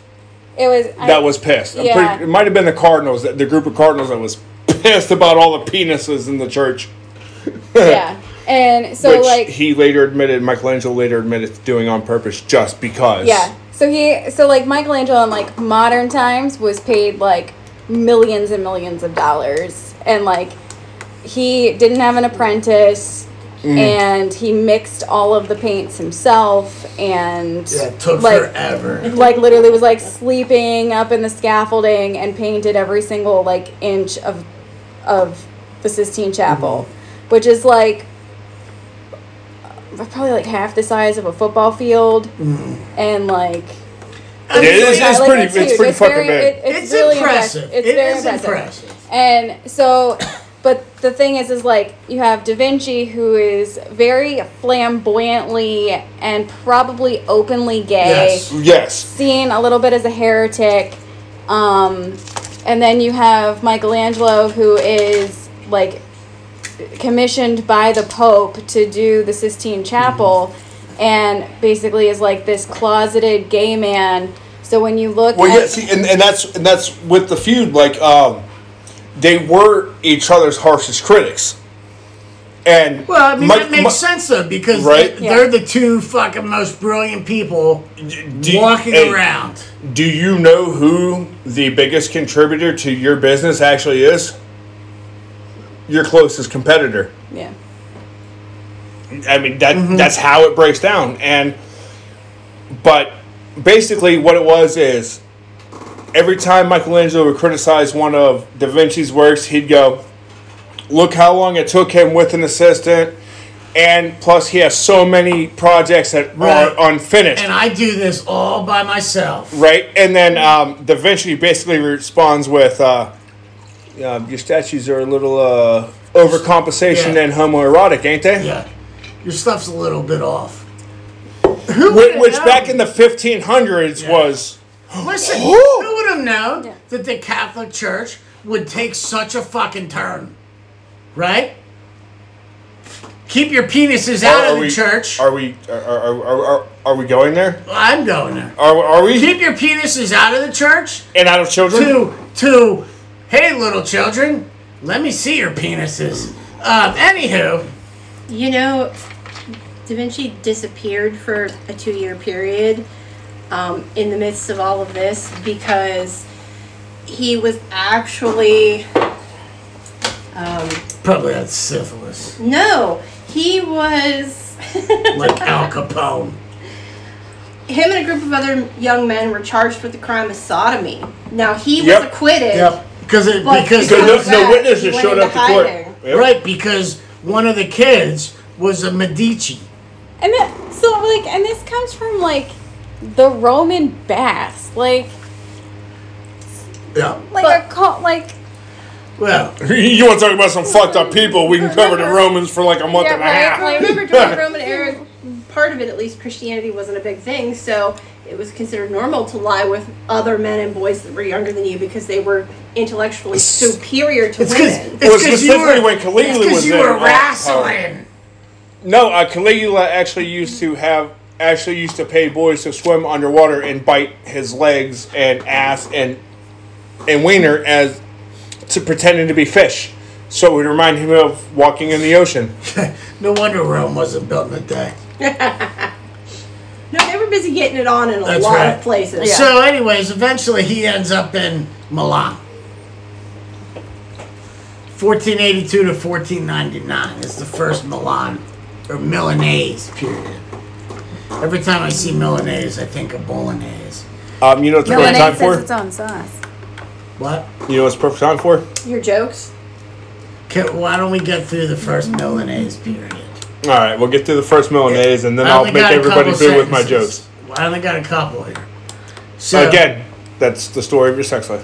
It was I-
that was pissed. I'm <laughs>
Yeah.
pretty, it might have been the Cardinals, that the group of Cardinals that was pissed about all the penises in the church.
yeah, and so
which
like
he later admitted, Michelangelo later admitted to doing on purpose just because.
Yeah. So he so like Michelangelo in like modern times was paid like millions and millions of dollars and like he didn't have an apprentice and he mixed all of the paints himself and
Yeah, it took
like
forever.
like literally was like sleeping up in the scaffolding and painted every single like inch of of the Sistine Chapel, which is like probably like half the size of a football field and like
I mean,
It is-
yeah,
it's
like,
pretty- it's
huge.
pretty fucking
very,
big.
it- it's,
It's
really
impressive.
impressive. It's
It
very
is
impressive.
impressive.
And so, but the thing is, is like you have Da Vinci, who is very flamboyantly and probably openly gay,
Yes.
Yes.
seen a little bit as a heretic, um, and then you have Michelangelo, who is like commissioned by the Pope to do the Sistine Chapel,
Mm-hmm.
and basically is like this closeted gay man. So when you look
Well,
at
yeah. See, and, and that's and that's with the feud. Like, um, they were each other's harshest critics. And
Well, I mean
Mi-
that makes
Mi-
sense though because
Right?
they, are
Yeah.
the two fucking most brilliant people
Do you-
walking
hey,
around.
Do you know who the biggest contributor to your business actually is? Your closest competitor.
yeah.
I mean that
Mm-hmm.
that's how it breaks down. And but basically what it was is every time Michelangelo would criticize one of Da Vinci's works, he'd go, Look how long it took him with an assistant and plus he has so many projects that
Right.
are unfinished.
And I do this all by myself.
right? And then um, Da Vinci basically responds with, uh, uh, "Your statues are a little uh, overcompensation
Yeah.
and homoerotic, ain't they?"
Yeah, your stuff's a little
<gasps>
bit off.
Which, which
Yeah.
back in the 1500s was
Listen,
Ooh.
who would have known
Yeah.
that the Catholic Church would take such a fucking turn? Right? Keep your penises out of the
we,
church.
Are we are, are, are, are, are we going there?
I'm going there.
Are, are we
Keep your penises out of the church
and out of children?
to to hey little children, let me see your penises. Um anywho,
You know, Da Vinci disappeared for a two year period um, in the midst of all of this because he was actually
Probably had syphilis,
No, he was. <laughs>
like Al Capone.
him and a group of other young men were charged with the crime of sodomy. Now he was
Yep.
acquitted.
Yep. Because it,
But
because
because
no,
of that,
no
he
witnesses
went
showed up to
into
court.
hiding.
Yep.
right because one of the kids was a Medici.
And that so like and this comes from like the Roman baths. Like
Yeah.
like a cult like
Well,
<laughs> you want to talk about some fucked up people? We can cover the Romans for like a month
Yeah,
and a
right,
half.
Well,
like-
remember
<laughs>
during the Roman era, part of it at least, Christianity wasn't a big thing, so it was considered normal to lie with other men and boys that were younger than you because they were intellectually superior to
it's because
women.
Well,
it's because you
specifically
were
when Caligula
it's 'cause
was
you
there,
were
uh,
wrestling.
No, uh, Caligula actually used to have actually used to pay boys to swim underwater and bite his legs and ass and and wiener as to pretending to be fish, so it would remind him of walking in the ocean.
No wonder Rome wasn't built in a day.
No, they were busy getting it on in a
That's
lot
right.
of places.
So, anyways, eventually he ends up in Milan. 1482 to 1499 is the first Milan or Milanese period. Every time I see Milanese, I think of Bolognese.
Um, you know what's
no
perfect time
says its
for?
own sauce.
What?
You know what's perfect time for?
Your jokes?
Can, why don't we get through the first Milanese period?
All right, we'll get through the first Milanese, and then
I
I'll
only
make
got a
everybody
couple
boo with my
sentences.
jokes.
I only got a couple here. So
Again, that's the story of your sex life.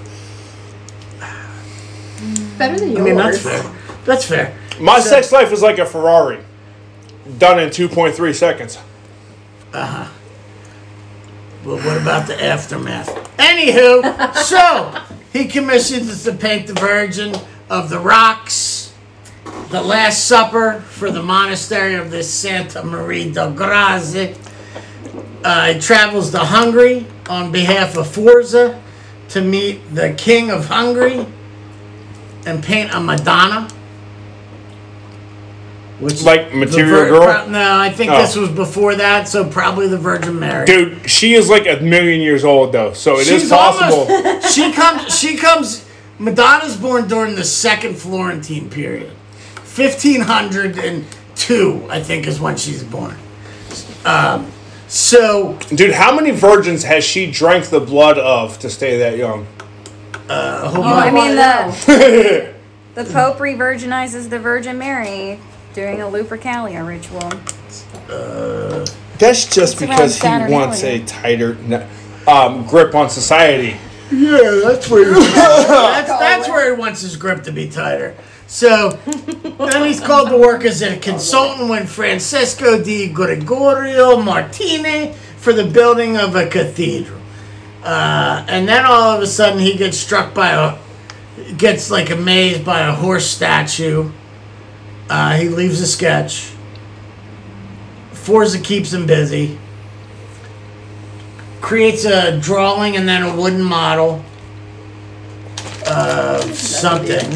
Better than yours.
I mean that's fair. That's fair.
My
So-
sex life is like a Ferrari, done in two point three seconds.
But what about the aftermath? Anywho, so he commissioned us to paint the Virgin of the Rocks, the Last Supper for the monastery of the Santa Maria del Grazie. Uh, he travels to Hungary on behalf of Forza to meet the King of Hungary and paint a Madonna. Which
Like
the
Material Girl?
no, I think
Oh.
this was before that, so probably the Virgin Mary.
Dude, she is like a million years old though, so it is possible. <laughs>
Almost, <laughs> she comes. She comes. Madonna's born during the second Florentine period, fifteen hundred and two, I think, is when she's born. Um, so
Dude, how many virgins has she drank the blood of to stay that young?
Oh, I mean
wow.
the <laughs> the Pope re-virginizes the Virgin Mary during a Lupercalia ritual.
That's just
around
because he
Saturnalia.
wants a tighter ne- um, grip on society.
yeah, that's where that's, that's where he wants his grip to be tighter. So then he's called to work as a consultant with Francesco di Gregorio Martini for the building of a cathedral. Uh, and then all of a sudden he gets struck by a gets like amazed by a horse statue. Uh, he leaves a sketch. Forza keeps him busy. Creates a drawing and then a wooden model of something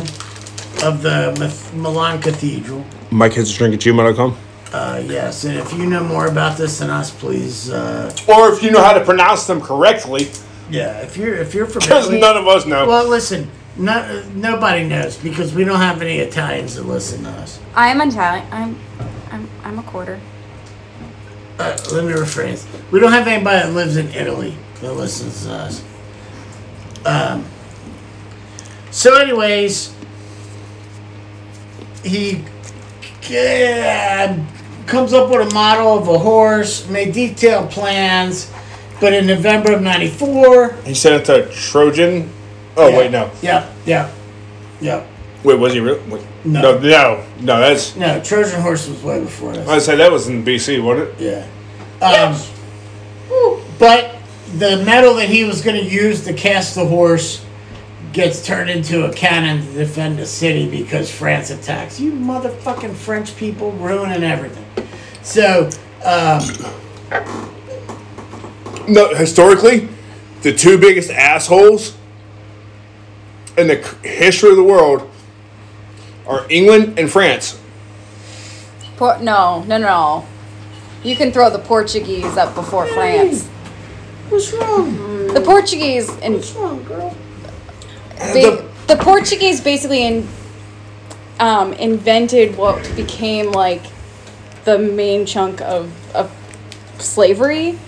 of the Mith- Milan Cathedral.
My kids drink at gmail.com.
Uh, yes, and if you know more about this than us, please. Uh,
Or if you know how to pronounce them correctly,
yeah, if you're if you're from
because
Italy-
none of us know.
well, listen, no, nobody knows because we don't have any Italians that listen to us.
I'm Italian. I'm I'm I'm a quarter.
Uh, let me rephrase. We don't have anybody that lives in Italy that listens to us. Um, so, anyways, he uh, comes up with a model of a horse, made detailed plans, but in November of '94.
he sent it to Trojan. Oh, wait, no.
Yep, yep, yep.
Wait, was he real? Wait.
No.
no. No, no, that's.
No, Trojan horse was way before this.
I say that was in BC, wasn't it?
Yeah. Um, but the metal that he was going to use to cast the horse gets turned into a cannon to defend the city because France attacks. You motherfucking French people ruining everything. So,
No, historically, the two biggest assholes in the c- history of the world are England and France.
Por- no, no, no. You can throw the Portuguese up before France.
what's wrong?
The Portuguese and
What's wrong, girl?
ba- the Portuguese basically in um, invented what became like the main chunk of, of slavery.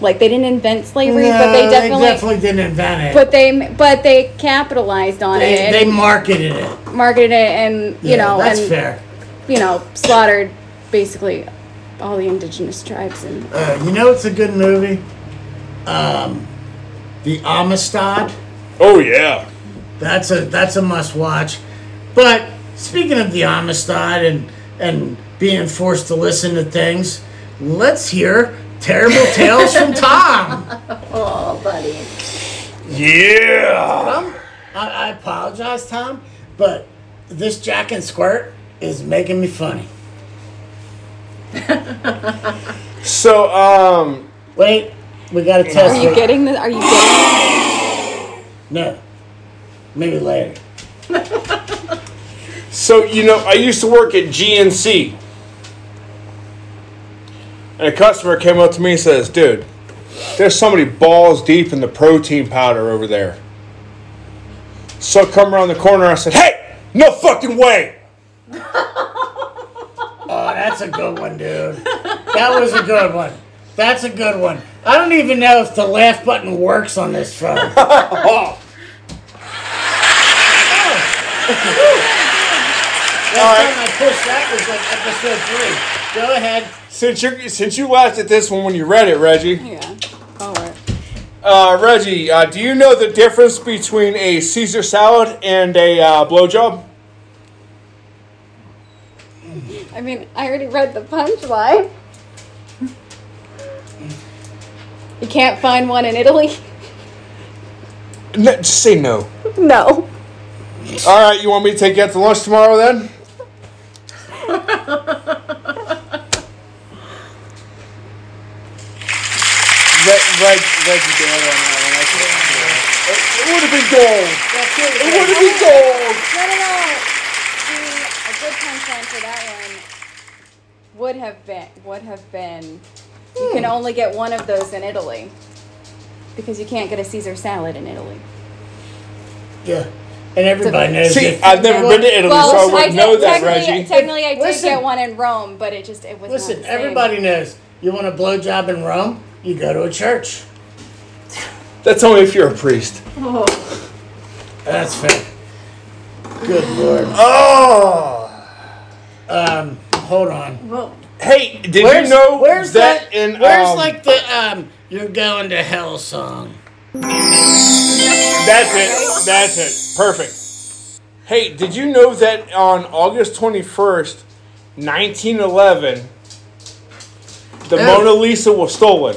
Like they didn't invent slavery, but they
No,
definitely,
uh, didn't invent it.
but they but they capitalized on
they,
it,
they marketed it.
marketed it, and you
Yeah,
know,
that's
and
fair.
you know, slaughtered basically all the indigenous tribes and
Uh, you know, it's a good movie. Um, the Amistad.
Oh yeah.
That's a that's a must watch. But speaking of the Amistad and and being forced to listen to things, let's hear terrible tales from
<laughs>
Tom.
Oh, buddy.
Yeah.
Um, I, I apologize, Tom, but this Jack and Squirt is making me funny.
So um
Wait, we got to test.
Are you
it.
getting this? Are you getting?
No, maybe later.
So you know, I used to work at GNC, and a customer came up to me and says, "Dude, there's somebody balls deep in the protein powder over there." So I come around the corner, I said, "Hey, no fucking way!"
Oh, that's a good one, dude. That was a good one. That's a good one. I don't even know if the laugh button works on this
<laughs>
phone. Last time I pushed that was like episode three. Go ahead.
Since you since you laughed at this one when you read it, Reggie,
Yeah. All right.
uh, Reggie, uh, do you know the difference between a Caesar salad and a uh, blowjob?
I mean, I already read the punchline. You can't find one
<laughs>
in Italy.
No, just say no.
No.
All right, you want me to take you out to lunch tomorrow then? Red, red, red, you did on that one. That's it. It, it would have been gold. It would have been gold.
No, no, no. See, a good punchline for that one would have been would have been. You
Hmm.
can only get one of those in Italy because you can't get a Caesar salad in Italy.
Yeah. And everybody knows
See,
it.
I've never been to Italy,
well,
so I wouldn't
did-
know that,
technically,
Reggie.
Technically, I did
Listen.
get one in Rome, but it just it was. not
Listen,
the same.
everybody knows. You want a blowjob in Rome? You go to a church.
That's only if you're a priest.
Oh,
That's fair. Good lord.
Oh.
Um, hold on.
Well,
Hey, did
Where's,
you know
where's
that,
that?
in
where's
um,
like the um? You're going to hell song.
That's it. That's it. Perfect. Hey, did you know that on August 21st, 1911, the
Oh.
Mona Lisa was stolen?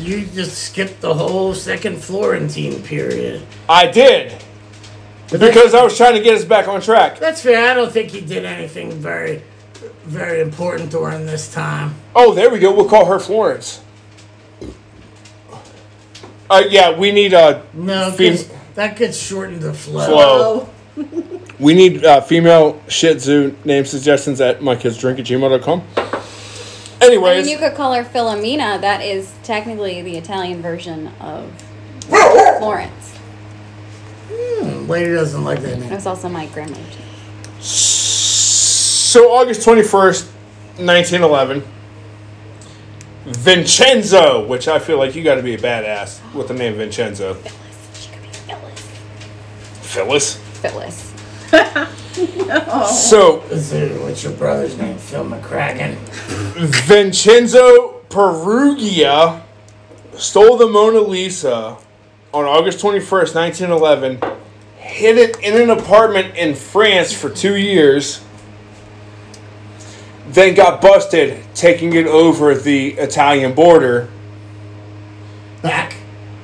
You just skipped the whole second Florentine period.
I did. Because I was trying to get us back on track.
That's fair. I don't think he did anything very, very important during this time.
Oh, there we go. We'll call her Florence. Uh, yeah, we need uh,
No,
Fem-
'cause that could shorten the flow.
Flow. we need uh, female Shih Tzu name suggestions at mykidsdrink at gmail.com.
I mean,
Anyways,
you could call her Philomena. That is technically the Italian version of Florence.
Hmm, Lady doesn't like that
It
name.
was also my grandma. too.
So August 21st, 1911. Vincenzo, which I feel like you got to be a badass with the name Vincenzo.
Phyllis. She could be Phyllis.
Phyllis.
Phyllis.
So
Is it, what's your brother's name? Phil McCracken.
Vincenzo Perugia stole the Mona Lisa on August 21st, 1911, hid it in an apartment in France for two years, then got busted taking it over the Italian border.
Back.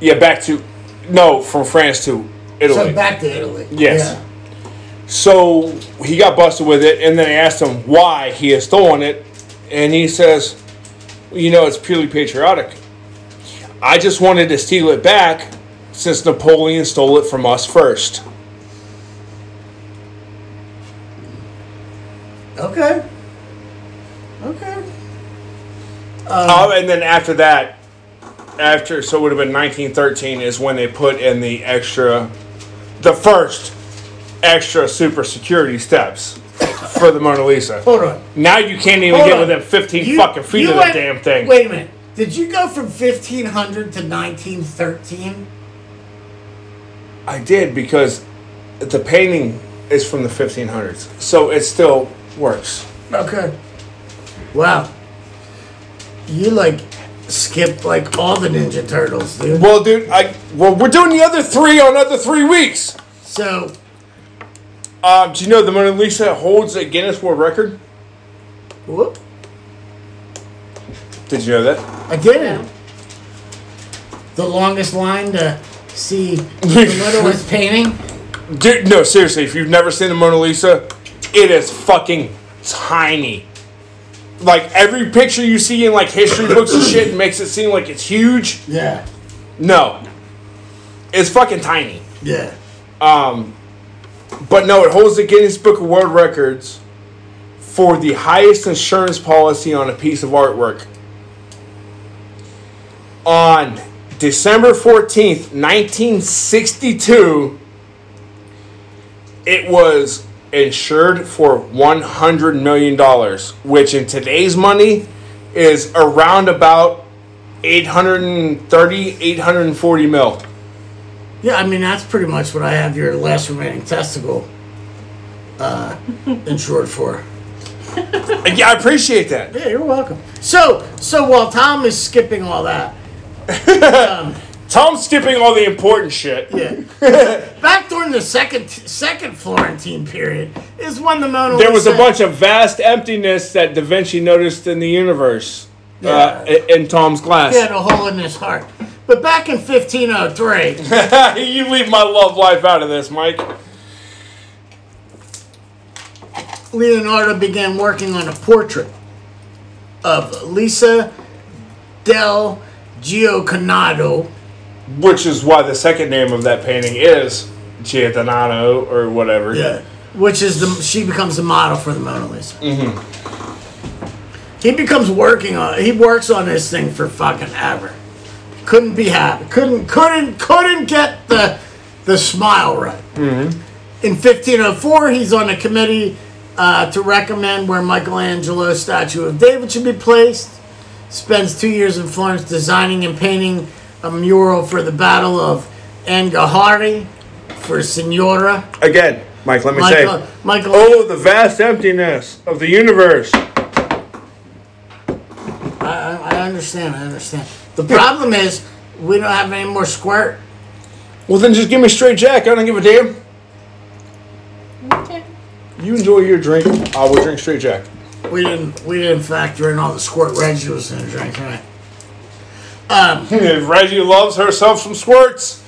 Yeah, back to no from France to Italy.
So back to Italy.
Yes. So he got busted with it, and then they asked him why he had stolen it, and he says, "You know, it's purely patriotic. I just wanted to steal it back since Napoleon stole it from us first.
Yeah. Okay. Okay. Uh.
Um, and then after that, after so it would have been 1913 is when they put in the extra, the first extra super security steps for the Mona Lisa.
Hold on.
Now you can't even
Hold
get
on.
within 15
You-
fucking feet
you
of the
went-
damn thing.
Wait a minute. Did you go from 1500 to 1913?
I did because the painting is from the 1500s, so it still works.
Okay. Wow. You like skipped like all the Ninja Turtles, dude.
Well, dude, I well we're doing the other three on other three weeks.
So
Um, do you know the Mona Lisa holds a Guinness World Record?
whoop.
Did you know that?
I didn't. The longest line to
<laughs>
see the littlest painting.
Dude, no, seriously. If you've never seen the Mona Lisa, it is fucking tiny. Like every picture you see in like history books and shit makes it seem like it's huge.
Yeah.
No, it's fucking tiny.
Yeah.
But no, it holds the Guinness Book of World Records for the highest insurance policy on a piece of artwork. On December 14th, 1962, it was insured for $100 million, which in today's money is around about 830, 840 mil.
Yeah, I mean that's pretty much what I have your last remaining testicle uh, insured for.
Yeah, I appreciate that.
Yeah, you're welcome. So, so while Tom is skipping all that,
Tom's skipping all the important shit. <laughs>
yeah. Back during the second second Florentine period is when the Mona
There was a
Lisa-
bunch of vast emptiness that Da Vinci noticed in the universe uh,
Yeah.
i- in Tom's glass.
He had a hole in his heart. But back in 1503,
<laughs> you leave my love life out of this, Mike.
Leonardo began working on a portrait of Lisa del Giocondo.
Which is why the second name of that painting is Giordano or whatever.
Which is the she becomes the model for the Mona Lisa. He becomes working on he works on this thing for fucking ever. Couldn't be happy. Couldn't couldn't couldn't get the the smile right. In 1504, he's on a committee uh, to recommend where Michelangelo's statue of David should be placed. Spends two years in Florence designing and painting a mural for the Battle of Angahari for Signora.
Again, Mike, let me
Michael,
say.
Michael,
Oh, the vast emptiness of the universe.
I, I understand. I understand. The problem is we don't have any more squirt.
Well, then just give me straight Jack. I don't give a damn.
Okay.
You enjoy your drink. I will drink straight Jack.
We didn't. We didn't factor in all the squirt Reggie was in the drink. Right?
<laughs> Reggie loves herself some squirts.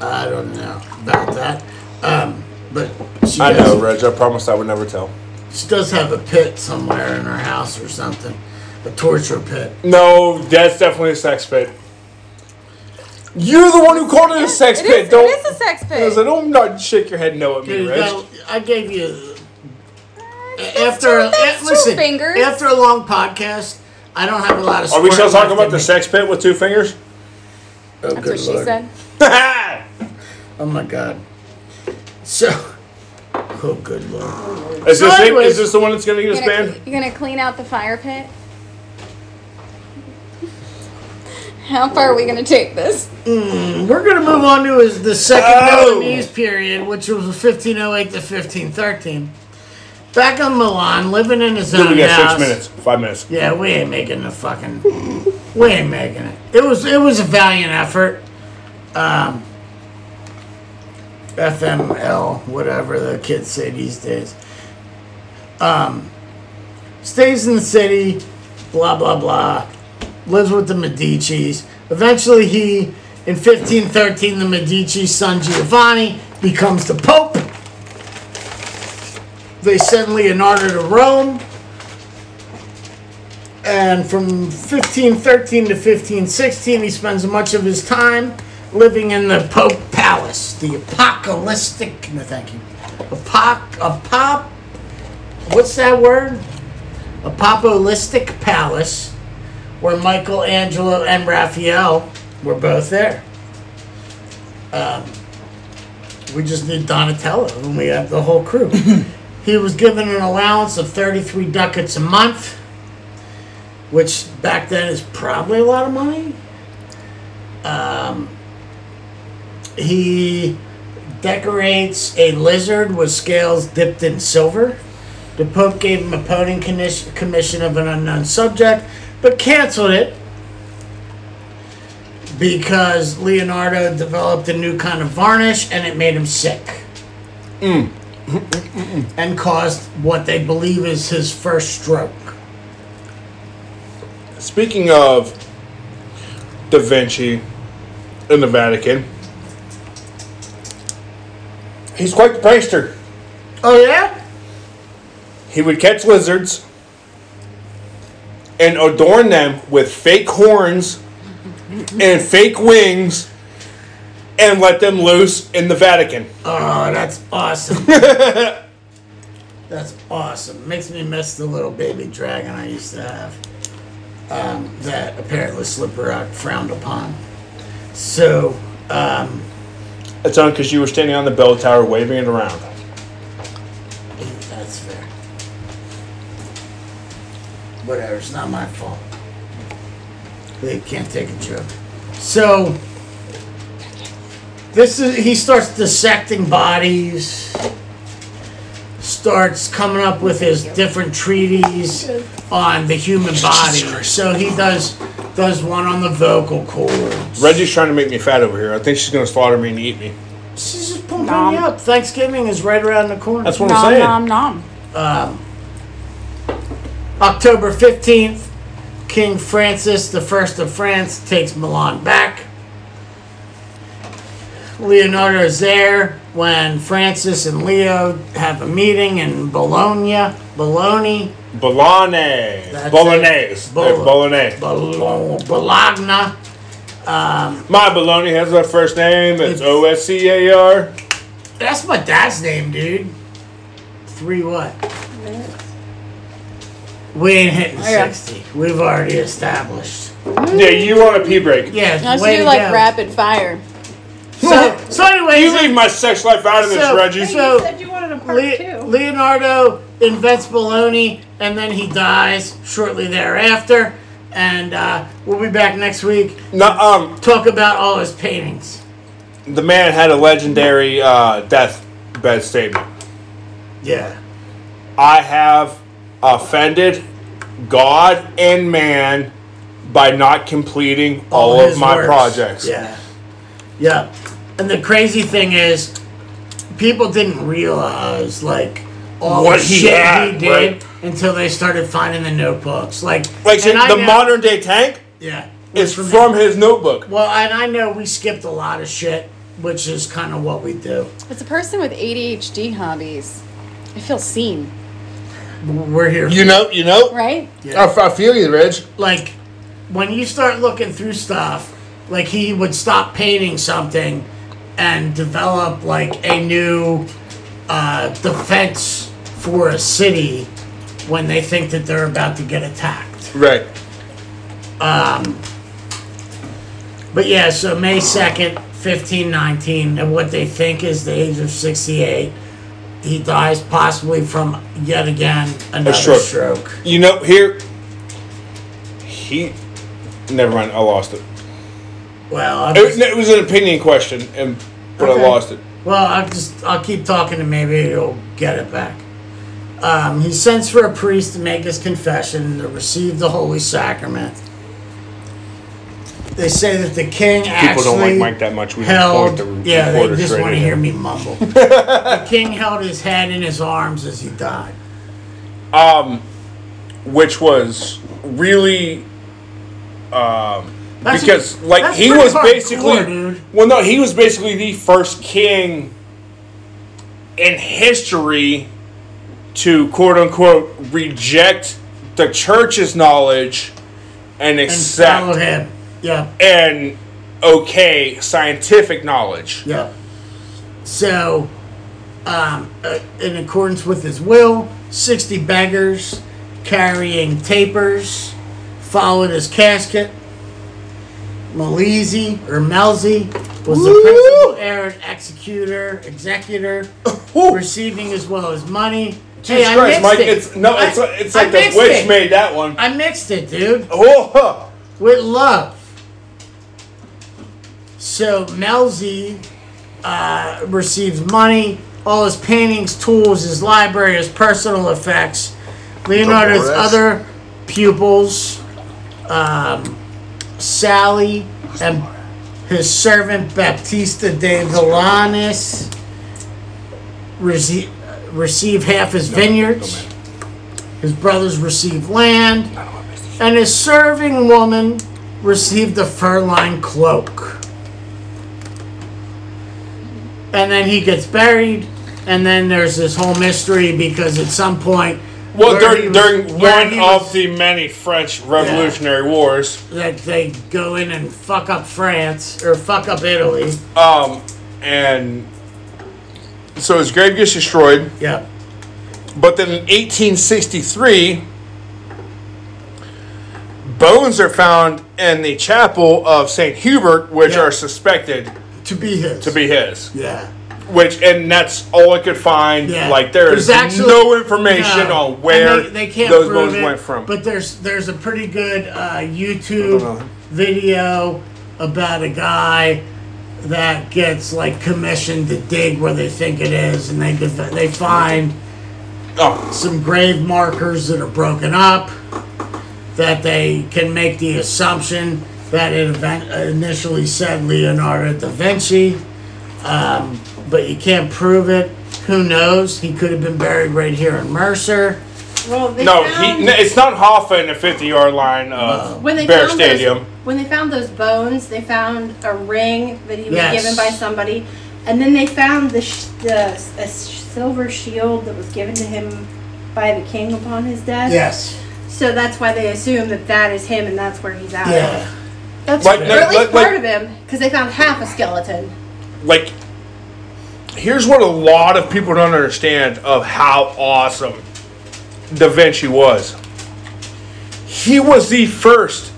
I don't know about that. Um, but she
I
does,
know, Reg. I promised I would never tell.
she does have a pit somewhere in her house or something, a torture pit.
No, that's definitely a sex pit. You're the one who called it a sex
It
pit.
is,
don't
it is a sex
Listen,
pit.
don't not shake your head no at me,
Dude,
Reg.
that- I gave you after
two- that's
eh,
two
listen
fingers.
after a long podcast. I don't have a lot of.
Are we
squirt
still talking
left
about
in
the
me.
sex pit with two fingers? <laughs>
Oh,
That's
good
what she
Lord.
said.
is
Oh my god. So, oh good lord.
this
So
it?
anyways-
Is this the one that's gonna get us
You're gonna,
banned?
you gonna clean out the fire pit? <laughs> How far are we gonna take this?
We're gonna move on to is the second
Oh.
Milanese period, which was 1508 to 1513. Back in Milan, living in his
Dude,
own
we got
house.
six minutes, five minutes.
Yeah, we ain't making the fucking. we ain't making it. It was it was a valiant effort. Um, FML, whatever the kids say these days. Um, stays in the city, blah blah blah. Lives with the Medici's. Eventually, he in 1513, the Medici's son Giovanni becomes the Pope. They send Leonardo to Rome and from 1513 to 1516 he spends much of his time living in the pope palace the apocalyptic no thank you apoc apop what's that word apopolistic palace where michelangelo and raphael We're both there. Um, we just need Donatello, and we have the whole crew. he was given an allowance of 33 ducats a month, which back then is probably a lot of money. Um, he decorates a lizard with scales dipped in silver. The Pope gave him a poning commission, commission of an unknown subject, but canceled it because Leonardo developed a new kind of varnish and it made him sick. and caused what they believe is his first stroke.
Speaking of Da Vinci and the Vatican, he's quite the prankster.
Oh, yeah?
He would catch lizards and adorn them with fake horns and fake wings and let them loose in the Vatican.
Oh, that's awesome. that's awesome. Makes me miss the little baby dragon I used to have. Um, that apparently Slipper Rock frowned upon. So, um,
It's on because you were standing on the bell tower waving it around.
that's fair. Whatever, it's not my fault. They can't take a joke. So, this is he starts dissecting bodies, starts coming up with his different treaties on the human body. So he does does one on the vocal cords.
Reggie's trying to make me fat over here. I think she's going to slaughter me and eat me.
She's just pumping me up. Thanksgiving is right around the corner.
That's what I'm saying.
Nom nom nom.
October 15th, King Francis I of France takes Milan back. Leonardo is there when Francis and Leo have a meeting in Bologna. Bologna.
Bolognese.
That's
Bolognese.
it.
Bol-
Bolo-
Bolognese.
Bolo- Bologna.
My Bologna has a first name. It's
It's-
O S C A R.
That's my dad's name, dude. Three what? We ain't hitting
Oh, Yeah.
60. We've already established.
Yeah, you want a pee break.
Yeah,
Let's
way
do
to
like
go.
rapid fire.
<laughs> So, so anyway,
You leave my sex life out of this,
So-
Reggie.
so-
you said you wanted a part
Le-
two.
Leonardo invents baloney, and then he dies shortly thereafter. And uh, we'll be back next week.
No, um,
Talk about all his paintings.
the man had a legendary uh, deathbed statement.
Yeah.
I have offended God and man by not completing all, of
his
my
works.
projects.
Yeah. Yeah. And the crazy thing is, people didn't realize like all
What
the
he
shit
had,
he did
right.
until they started finding the notebooks. Like,
Like so
and I
the
know-
modern day tank
yeah
is from his notebook.
Well, and I know we skipped a lot of shit, which is kind of what we do.
As a person with ADHD hobbies, I feel seen,
We're here.
You know, you know.
right?
I, I feel you, Reg.
like when you start looking through stuff like he would stop painting something and develop like a new uh, defense for a city when they think that they're about to get attacked
Right.
but yeah so may 2nd 1519 and what they think is the age of 68 he dies possibly from yet again another
stroke.
stroke.
You know, here he never mind, I lost it.
Well, I'm
It
just-
was, it was an opinion question and but
Okay.
I lost it.
Well, I'll just I'll keep talking and maybe he'll get it back. Um, he sends for a priest to make his confession to receive the holy sacrament. They say that the king
People
actually
don't like Mike that much. We
held.
record the
yeah, they
recorder
just
straight
want to
in.
hear me
<laughs>
mumble. the king held his head in his arms as he died.
which was really um,
That's-
because like
that's
he
pretty
was
hardcore,
basically
dude.
well no he was basically the first king in history to quote unquote reject the church's knowledge and
and follow
accept
him. Yeah.
and okay scientific knowledge
Yeah. So, um, uh, in accordance with his will, 60 beggars carrying tapers followed his casket. Malizzi or Melzi was the principal heir and executor, executor,
Woo.
receiving as well as money.
Oh. Jesus
hey,
Christ,
I mixed
Mike,
it.
it's no,
I-
it's it's
I
like the
mixed
witch
it.
made that one.
I mixed it, dude.
Oh, huh.
With love. So Melzi uh, receives money, all his paintings, tools, his library, his personal effects. Leonardo's
Double X.
other pupils, um, Sally, and his servant Baptista de Villanis, rece- receive half his vineyards. His brothers receive land and his serving woman received a fur-lined cloak. And then he gets buried, and then there's this whole mystery because at some point,
Well,
where he
during,
was-
during
where
one
he
of
was-
the many French Revolutionary Wars,
that they go in and fuck up France or fuck up Italy.
um, and so his grave gets destroyed.
Yeah,
But then in 1863, bones are found in the chapel of St. Hubert, which
Yeah.
are suspected
to be his.
to be his.
Yeah.
Which, and that's all I could find.
Yeah.
Like, there is
There's actually-
no information
no.
on where
And they, they can't
those
prove
bones
it,
went from.
But there's there's a pretty good uh,
know.
YouTube video about a guy that gets like commissioned to dig where they think it is, and they def- they find
oh,
some grave markers that are broken up that they can make the assumption that it event- initially said Leonardo da Vinci, um, but you can't prove it. Who knows? He could have been buried right here in Mercer.
Well, they
no,
found,
he, no, it's not Hoffa in the 50 yard line of
when they
Bear
found
Stadium.
Those, when they found those bones, they found a ring that he was
Yes.
given by somebody, and then they found the, sh- the a silver shield that was given to him by the king upon his death.
Yes.
So that's why they assume that that is him, and that's where he's at.
Yeah.
That's
Like-
or
like-
at least
like-
part
like-
of him, because they found half a skeleton.
like here's what a lot of people don't understand of how awesome da vinci was he was the first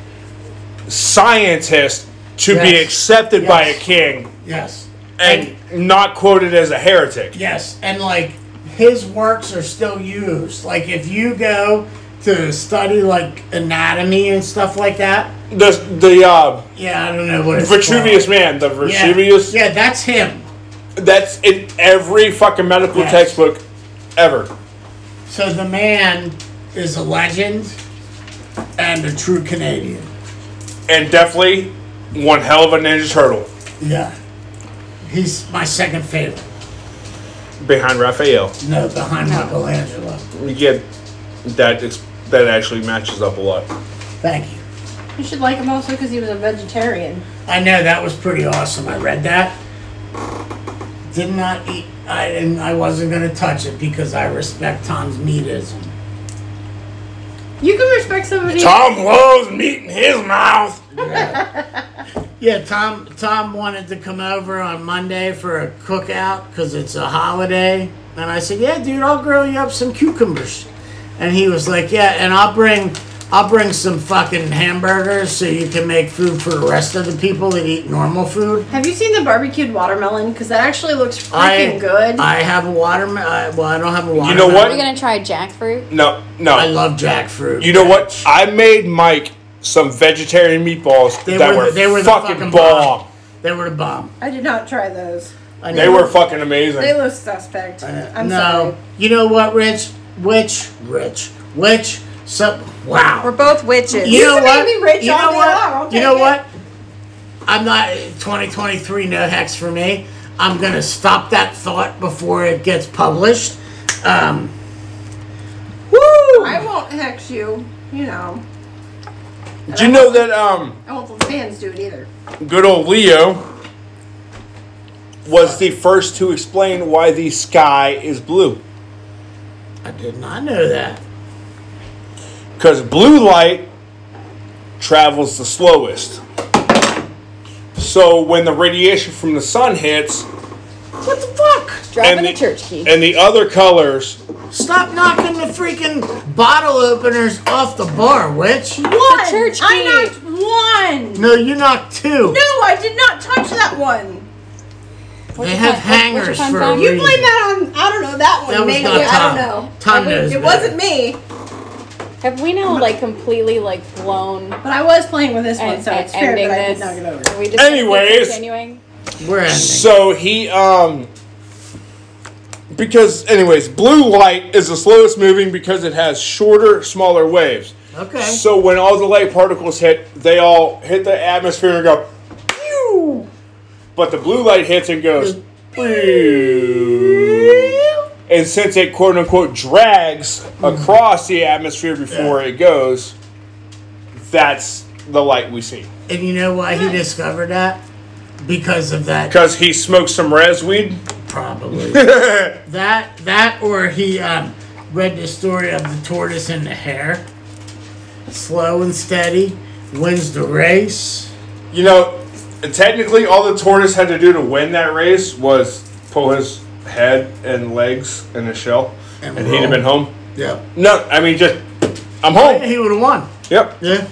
scientist to be
Yes.
accepted by a
Yes.
king
Yes.
and not quoted as a heretic
Yes, and like his works are still used. Like if you go to study like anatomy and stuff like that,
the the uh,
yeah, I don't know what it's
vitruvius
called.
man the
Yeah.
vitruvius
Yeah, that's him.
that's in every fucking medical
Yes.
textbook ever
So the man is a legend and a true Canadian.
and definitely one hell of a ninja turtle
Yeah. He's my second favorite.
behind raphael
No, behind Michelangelo.
You get that ex- that actually matches up a lot.
Thank you.
You should like him also because he was a vegetarian.
I know that was pretty awesome. I read that. Did not eat. I didn't. I wasn't gonna touch it because I respect Tom's meatism.
You can respect somebody.
Tom loves meat in his mouth.
<laughs> Yeah, Tom. Tom wanted to come over on Monday for a cookout because it's a holiday, and I said, "Yeah, dude, I'll grill you up some cucumbers." And he was like, "Yeah, and I'll bring, I'll bring some fucking hamburgers so you can make food for the rest of the people that eat normal food."
Have you seen the barbecued watermelon? Because that actually looks freaking
I
good.
I have a watermelon. I, well, I don't have a watermelon.
know what?
Are we gonna try jackfruit?
No, no.
I love jackfruit.
you know what? I made Mike some vegetarian meatballs
They
that
were
were,
the- they were the
fucking,
fucking bomb.
bomb.
They were the bomb.
I did not try those.
I
They
know.
were fucking amazing.
They look suspect. I'm
no.
sorry.
You know what, Rich? Which? Rich? Which? So, wow.
We're both witches.
you know
can
what?
make me rich
you
all
know
day
what?
long, I'll
you
take
know
it.
what? I'm not 2023 no hex for me. I'm gonna stop that thought before it gets published. Um,
I won't hex you. You know,
Do you know that um,
I won't let the fans do it either.
good old Leo was the first to explain why the sky is blue?
I did not know that.
Because blue light travels the slowest. So when the radiation from the sun hits,
What the fuck?
Dropping
and
the church key.
And the other colors.
Stop knocking the freaking bottle openers off the bar, Witch.
One.
church
I
gate.
knocked one.
No, you knocked two.
No, I did not touch that one.
They have hangers for a
You
reason.
blame that on I don't know that one.
That was
maybe
not
I
Tom.
don't know.
Tom
It
knows. better.
wasn't me,
Have we now like completely like blown
but I was playing with this one,
and,
so
and
Oh, it's fair
ending
that I did
this?
not get over
Are
it.
we just
Anyways.
continuing?
We're ending.
So he um because anyways, blue light is the slowest moving because it has shorter, smaller waves.
okay.
So when all the light particles hit, they all hit the atmosphere and go pew. But the blue light hits and goes pew. And since it quote unquote drags across the atmosphere before it goes, that's the light we see.
and you know why he discovered that? Because of that
Because he smoked some res weed.
<laughs> Probably. that that or he um, read the story of the tortoise and the hare. Slow and steady wins the race.
You know, technically, all the tortoise had to do to win that race was pull his head and legs in a shell,
And
and, he'd have
roll.
been home.
Yep.
No, I mean just, I'm home.
He would have won.
Yep.
Yeah.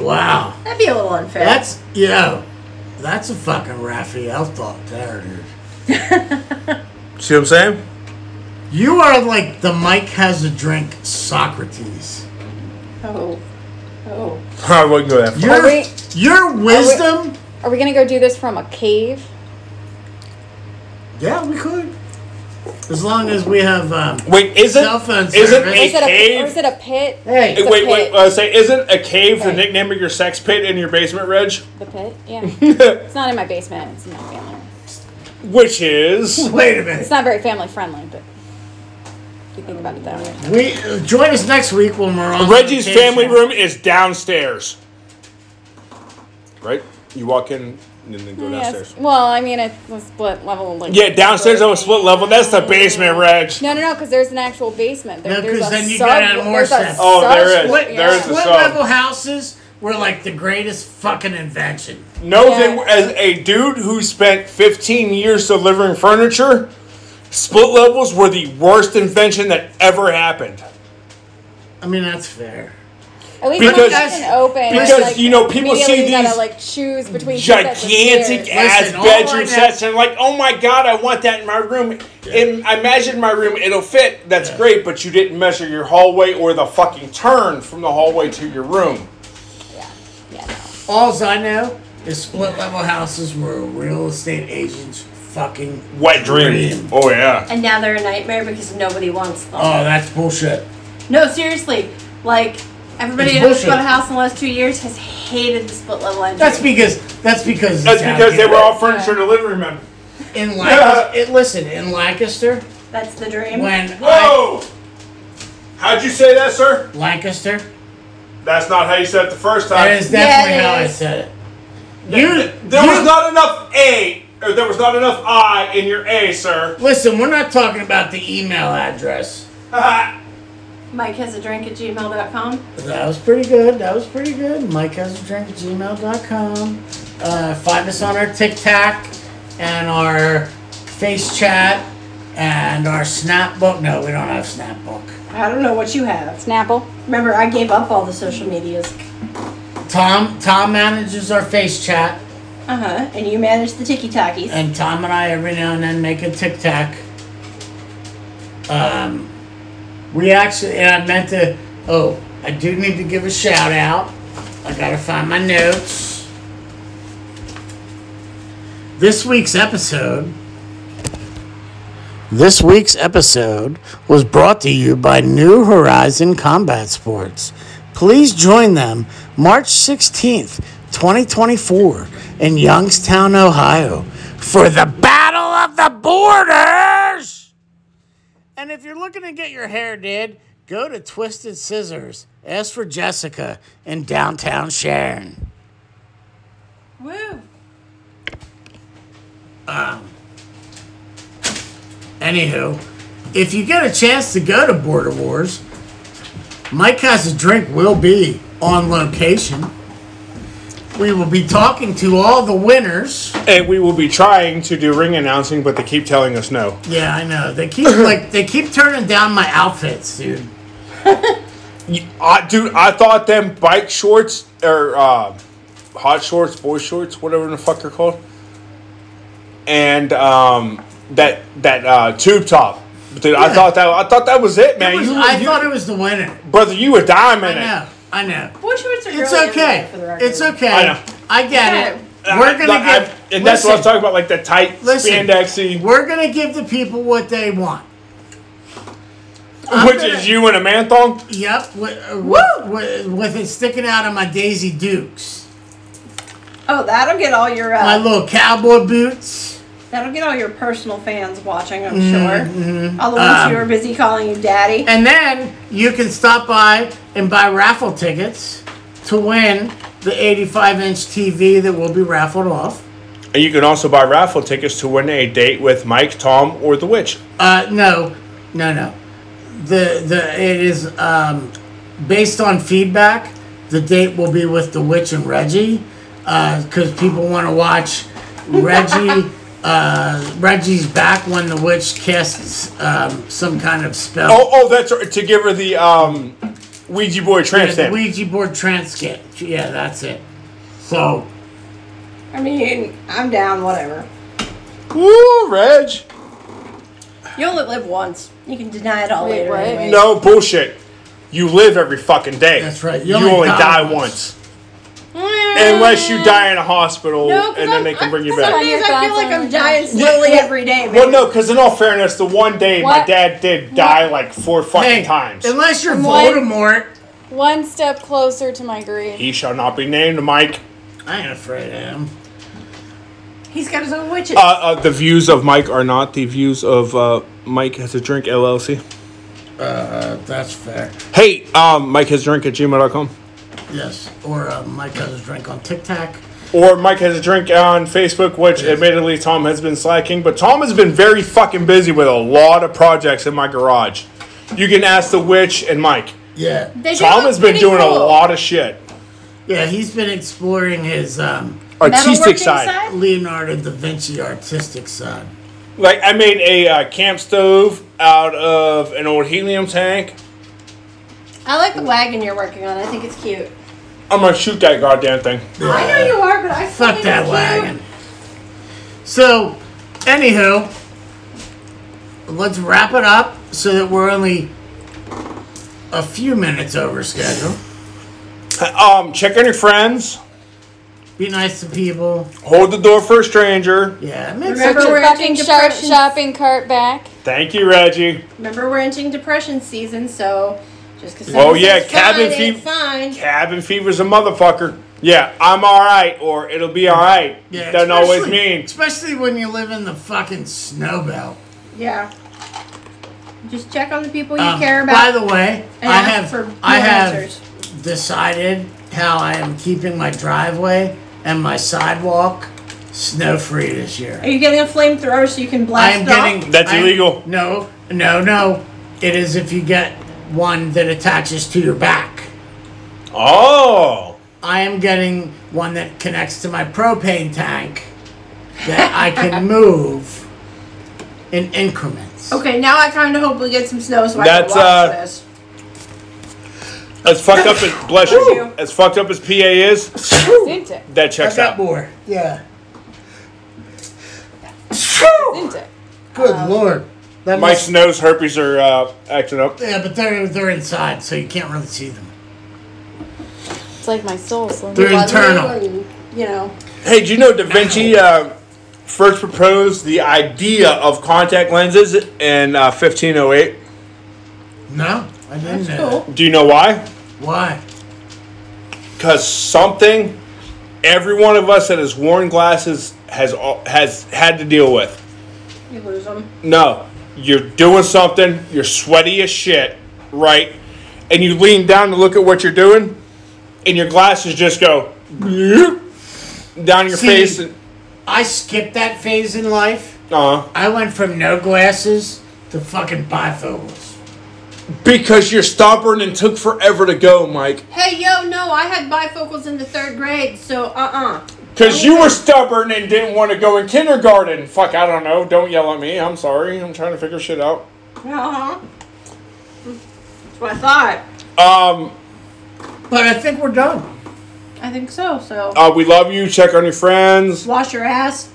Wow.
That'd be a little unfair.
That's yo. That's a fucking Raphael thought there, dude.
See what I'm saying? <laughs>
You are like the Mike has a drink Socrates.
oh, oh.
I wouldn't go that far.
Your
we-
your wisdom.
Are we gonna go do this from a cave?
yeah, we could. As long as we have um,
Wait, isn't
Cell phone
isn't
service.
a
Is it a, or
cave?
is it a pit?
Hey.
It's a
wait, wait.
pit.
Uh, say, isn't a cave the
Okay.
nickname of your sex pit in your basement, Reg? <laughs>
The pit? Yeah. <laughs> it's not in my basement. It's in my family. room.
Which is
<laughs>
Wait a minute.
It's not very family friendly, but if you think about it that way.
We uh, join us next week when we're on
Reggie's
vacation.
family room is downstairs. Right? You walk in and then go
Yes.
downstairs.
Well, I mean, it's a split level. Like,
Yeah, downstairs on a split level. That's the basement, Reg.
No, no, no, because there's an actual basement. There,
No,
there's
'cause
a
then you
sub,
go down more
there's a
steps.
Oh, there
sub-
is.
What,
There is a
what
song.
level houses were like the greatest fucking invention?
No
Yeah.
thing as a dude who spent 15 years delivering furniture, split levels were the worst invention that ever happened.
I mean, that's fair.
At least
Because-
because, it's an open.
because,
it's like,
you know, people see
immediately You
these
gotta like choose between two sets of
Gigantic
stairs.
ass
Listen, all
bedroom
I
sets, and like, oh my god, I want that in my room. And I imagine my room, it'll fit. That's great, but you didn't measure your hallway or the fucking turn from the hallway to your room.
Yeah, no.
Alls I know is split level houses were a real estate agent's fucking
Wet dream. Oh yeah.
And now they're a nightmare because nobody wants them.
Oh, that's bullshit.
No, seriously. Like everybody
It's
who's
bullshit.
bought a house in the last two years has hated the split level entry.
That's because that's because
That's
it's
because they were all
outdated.
furniture delivery men. <laughs>
in Lancaster. It, listen, in Lancaster,
That's the dream.
when I,
Whoa! How'd you say that, sir?
Lancaster,
That's not how you said it the first time.
that is definitely
it
how I
is.
said it. You,
there
you-
was not enough A, or there was not enough I in your A, sir. <laughs>
Listen, we're not talking about the email address.
Mike has a drink at gmail.com.
That was pretty good. That was pretty good. Mike has a drink at gmail.com. Uh, find us on our TikTok and our face chat and our Snapbook. No, we don't have Snapbook.
I don't know what you have.
Snapple.
Remember, I gave up all the social medias.
Tom Tom manages our face chat,
Uh huh. And you manage the tiki takis.
and Tom and I every now and then make a TikTok. Um, we actually, and I meant to. Oh, I do need to give a shout out. I gotta find my notes. This week's episode. This week's episode was brought to you by New Horizon Combat Sports. Please join them March 16th, 2024, in Youngstown, Ohio, for the Battle of the Borders! And if you're looking to get your hair did, go to Twisted Scissors. Ask for Jessica in downtown Sharon.
Woo.
Anywho, if you get a chance to go to Border Wars, Mike has a drink will be on location. We will be talking to all the winners.
And we will be trying to do ring announcing, but they keep telling us no.
Yeah, I know.
<clears throat>
They keep like they keep turning down my outfits, dude.
I, dude, I thought them bike shorts or uh, hot shorts, boy shorts, whatever the fuck they're called, and um, that that uh, tube top. Dude, I
Yeah.
thought that I thought that was it, man.
It was-
you,
I
you-
thought it was the winner.
brother, you were diamond.
I
it.
know. I know.
Boy shorts are
It's
really
okay.
underrated for the record.
It's okay.
I know.
I get it.
I-
We're gonna
I-
give.
and that's what I was
listen,
talking about, like that tight
Listen.
spandexy,
We're gonna give the people what they want. I'm
which
gonna-
is you in a man thong.
Yep. With, with, with, with it sticking out of my Daisy Dukes,
Oh, that'll get all your
my
uh,
little cowboy boots.
that'll get all your personal fans watching. I'm
Mm-hmm.
sure. All the ones
Um,
who are busy calling you daddy.
And then you can stop by and buy raffle tickets to win the 85 inch TV that will be raffled off.
And you can also buy raffle tickets to win a date with Mike, Tom, or the witch.
Uh, no, no, no. The the it is um, based on feedback. The date will be with the witch and Reggie, because people want to watch Reggie. <laughs> Uh, Reggie's back when the witch casts um, some kind of spell.
Oh, oh, that's right, to give her the um, Ouija boy
Yeah,
tramp
the
stamp.
Ouija board transcript. Yeah, that's it. So
I mean, I'm down. Whatever.
Woo, Reg.
You only live once. You can deny it all
Wait,
later.
what?
anyway.
No bullshit. You live every fucking day.
That's right.
You, only die once. Unless you die in a hospital
No, 'cause
and
I'm-
then they can bring you
I'm- Some
back.
days I feel like I'm dying slowly
Yeah.
every day.
Well,
man.
no, because in all fairness, the one day my
What?
dad did die like four fucking
hey,
times.
unless you're
What?
Voldemort,
One step closer to my grave.
He shall not be named, Mike.
I ain't afraid of him.
He's got his own witches.
Uh, uh, the views of Mike are not the views of uh, Mike has a drink LLC.
Uh, that's fair.
Hey, um, Mike has a drink at gmail.com.
Yes, or uh, my cousin's drink on Tic Tac.
Or Mike has a drink on Facebook, which admittedly Tom has been slacking, but Tom has been very fucking busy with a lot of projects in my garage. You can ask the witch and Mike.
Yeah,
They do
Tom
look
has been
pretty
doing a
cool.
lot of shit.
yeah. He's been exploring his um,
Artistic
Metalworking
side.
Leonardo da Vinci artistic side.
Like I made a uh, camp stove out of an old helium tank.
I like the wagon you're working on. I think it's cute.
I'm gonna shoot that goddamn thing.
I know you are, but I still
Fuck
think
that
it's cute.
wagon. So, anywho, let's wrap it up so that we're only a few minutes over schedule.
Um, check on your friends.
Be nice to people.
Hold the door for a stranger.
Yeah, it makes
Remember
Put
we're
your fucking
entering
shop-
depression.
shopping cart back.
Thank you, Reggie.
Remember, we're entering depression season, so just because.
Oh, yeah, cabin fever-
Fine.
Cabin fever's a motherfucker. Yeah, I'm all right, or it'll be all right.
Yeah,
Doesn't always
especially-
mean.
Especially when you live in the fucking snow belt.
Yeah. Just check on the people you
Uh,
Um,
care about.
By the way,
and
I
ask
have
for more
I have
answers.
decided how I am keeping my driveway and my sidewalk snow free this year.
Are you getting a flamethrower so you can
I
blast
am
it off?
getting
That's
I-
illegal.
No, no, no. It is if you get one that attaches to your back.
Oh,
I am getting one that connects to my propane tank that I
<laughs>
can move in increments.
Okay, now I kind of hope we get some snow so
That's,
I can watch
uh,
this.
as fucked up as bless you,
Whew.
as fucked up as PA is,
Zinte.
that
I
checks
got
out.
more. Yeah.
Zinte.
Good
Um,
lord. That
Mike's nose herpes are uh, acting up.
Yeah, but they're they're inside, so you can't really see them.
It's like my soul. So
They're
Well,
internal.
and, you know,
Hey, do you know Da Vinci uh, first proposed the idea of contact lenses in uh, 1508?
No, I didn't know.
cool.
Do you know why?
that. Why?
because something every one of us that has worn glasses has al- has had to deal with.
You lose them.
No, you're doing something, you're sweaty as shit, right? And you lean down to look at what you're doing, and your glasses just go down your
See-
face. And,
I skipped that phase in life.
uh,
I went from no glasses to fucking bifocals.
because you're stubborn and took forever to go, Mike.
Hey, yo, no, I had bifocals in the third grade, so uh uh
Because you were stubborn and didn't want to go in kindergarten. Fuck, I don't know. Don't yell at me. I'm sorry. I'm trying to figure shit out.
Uh huh. That's what I thought.
Um,
But I think we're done.
I think so. So
Uh, we love you. Check on your friends.
wash your ass.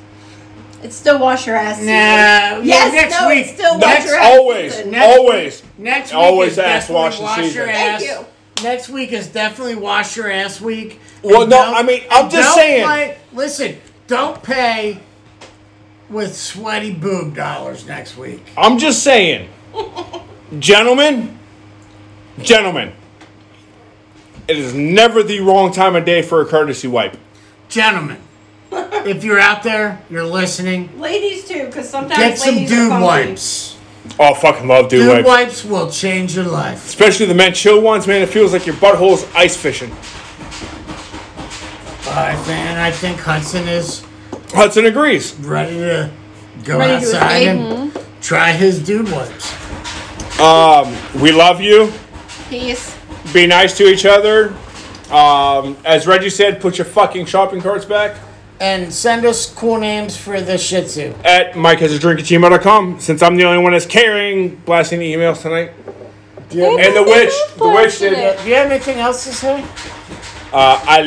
It's still wash your ass. season.
Nah,
Yes,
next
no,
week.
it's still wash
That's
your ass.
always,
season.
Next
always.
Next week
Always
is
ass
definitely
washing
wash
season.
your
Thank
ass.
you.
Next week is definitely wash your ass week.
Well,
And
no,
don't-
I mean, I'm
and
just
don't
saying.
play- listen, don't pay with sweaty boob dollars next week.
I'm just saying, gentlemen, gentlemen. It is never the wrong time of day for a courtesy wipe.
Gentlemen, if you're out there, you're listening,
Ladies too, because sometimes
get some
ladies are
dude
funky.
wipes.
Oh, I fucking love dude,
Dude
wipes.
wipes will change your life.
Especially the men chill ones, man. It feels like your butthole's ice fishing.
All right, man, I think Hudson is
Hudson agrees.
ready to go
Ready to
outside
escape.
and
hmm?
try his dude wipes.
Um, We love you.
Peace.
Be nice to each other. Um, as Reggie said, put your fucking shopping carts back.
And send us cool names for the Shih Tzu. Uh,
at Mike has a drink at gmail.com. Since I'm the only one that's carrying, blasting the emails tonight.
They
And the
were
witch, the witch
blasting
did
it.
Do you have anything else to say?
Uh, I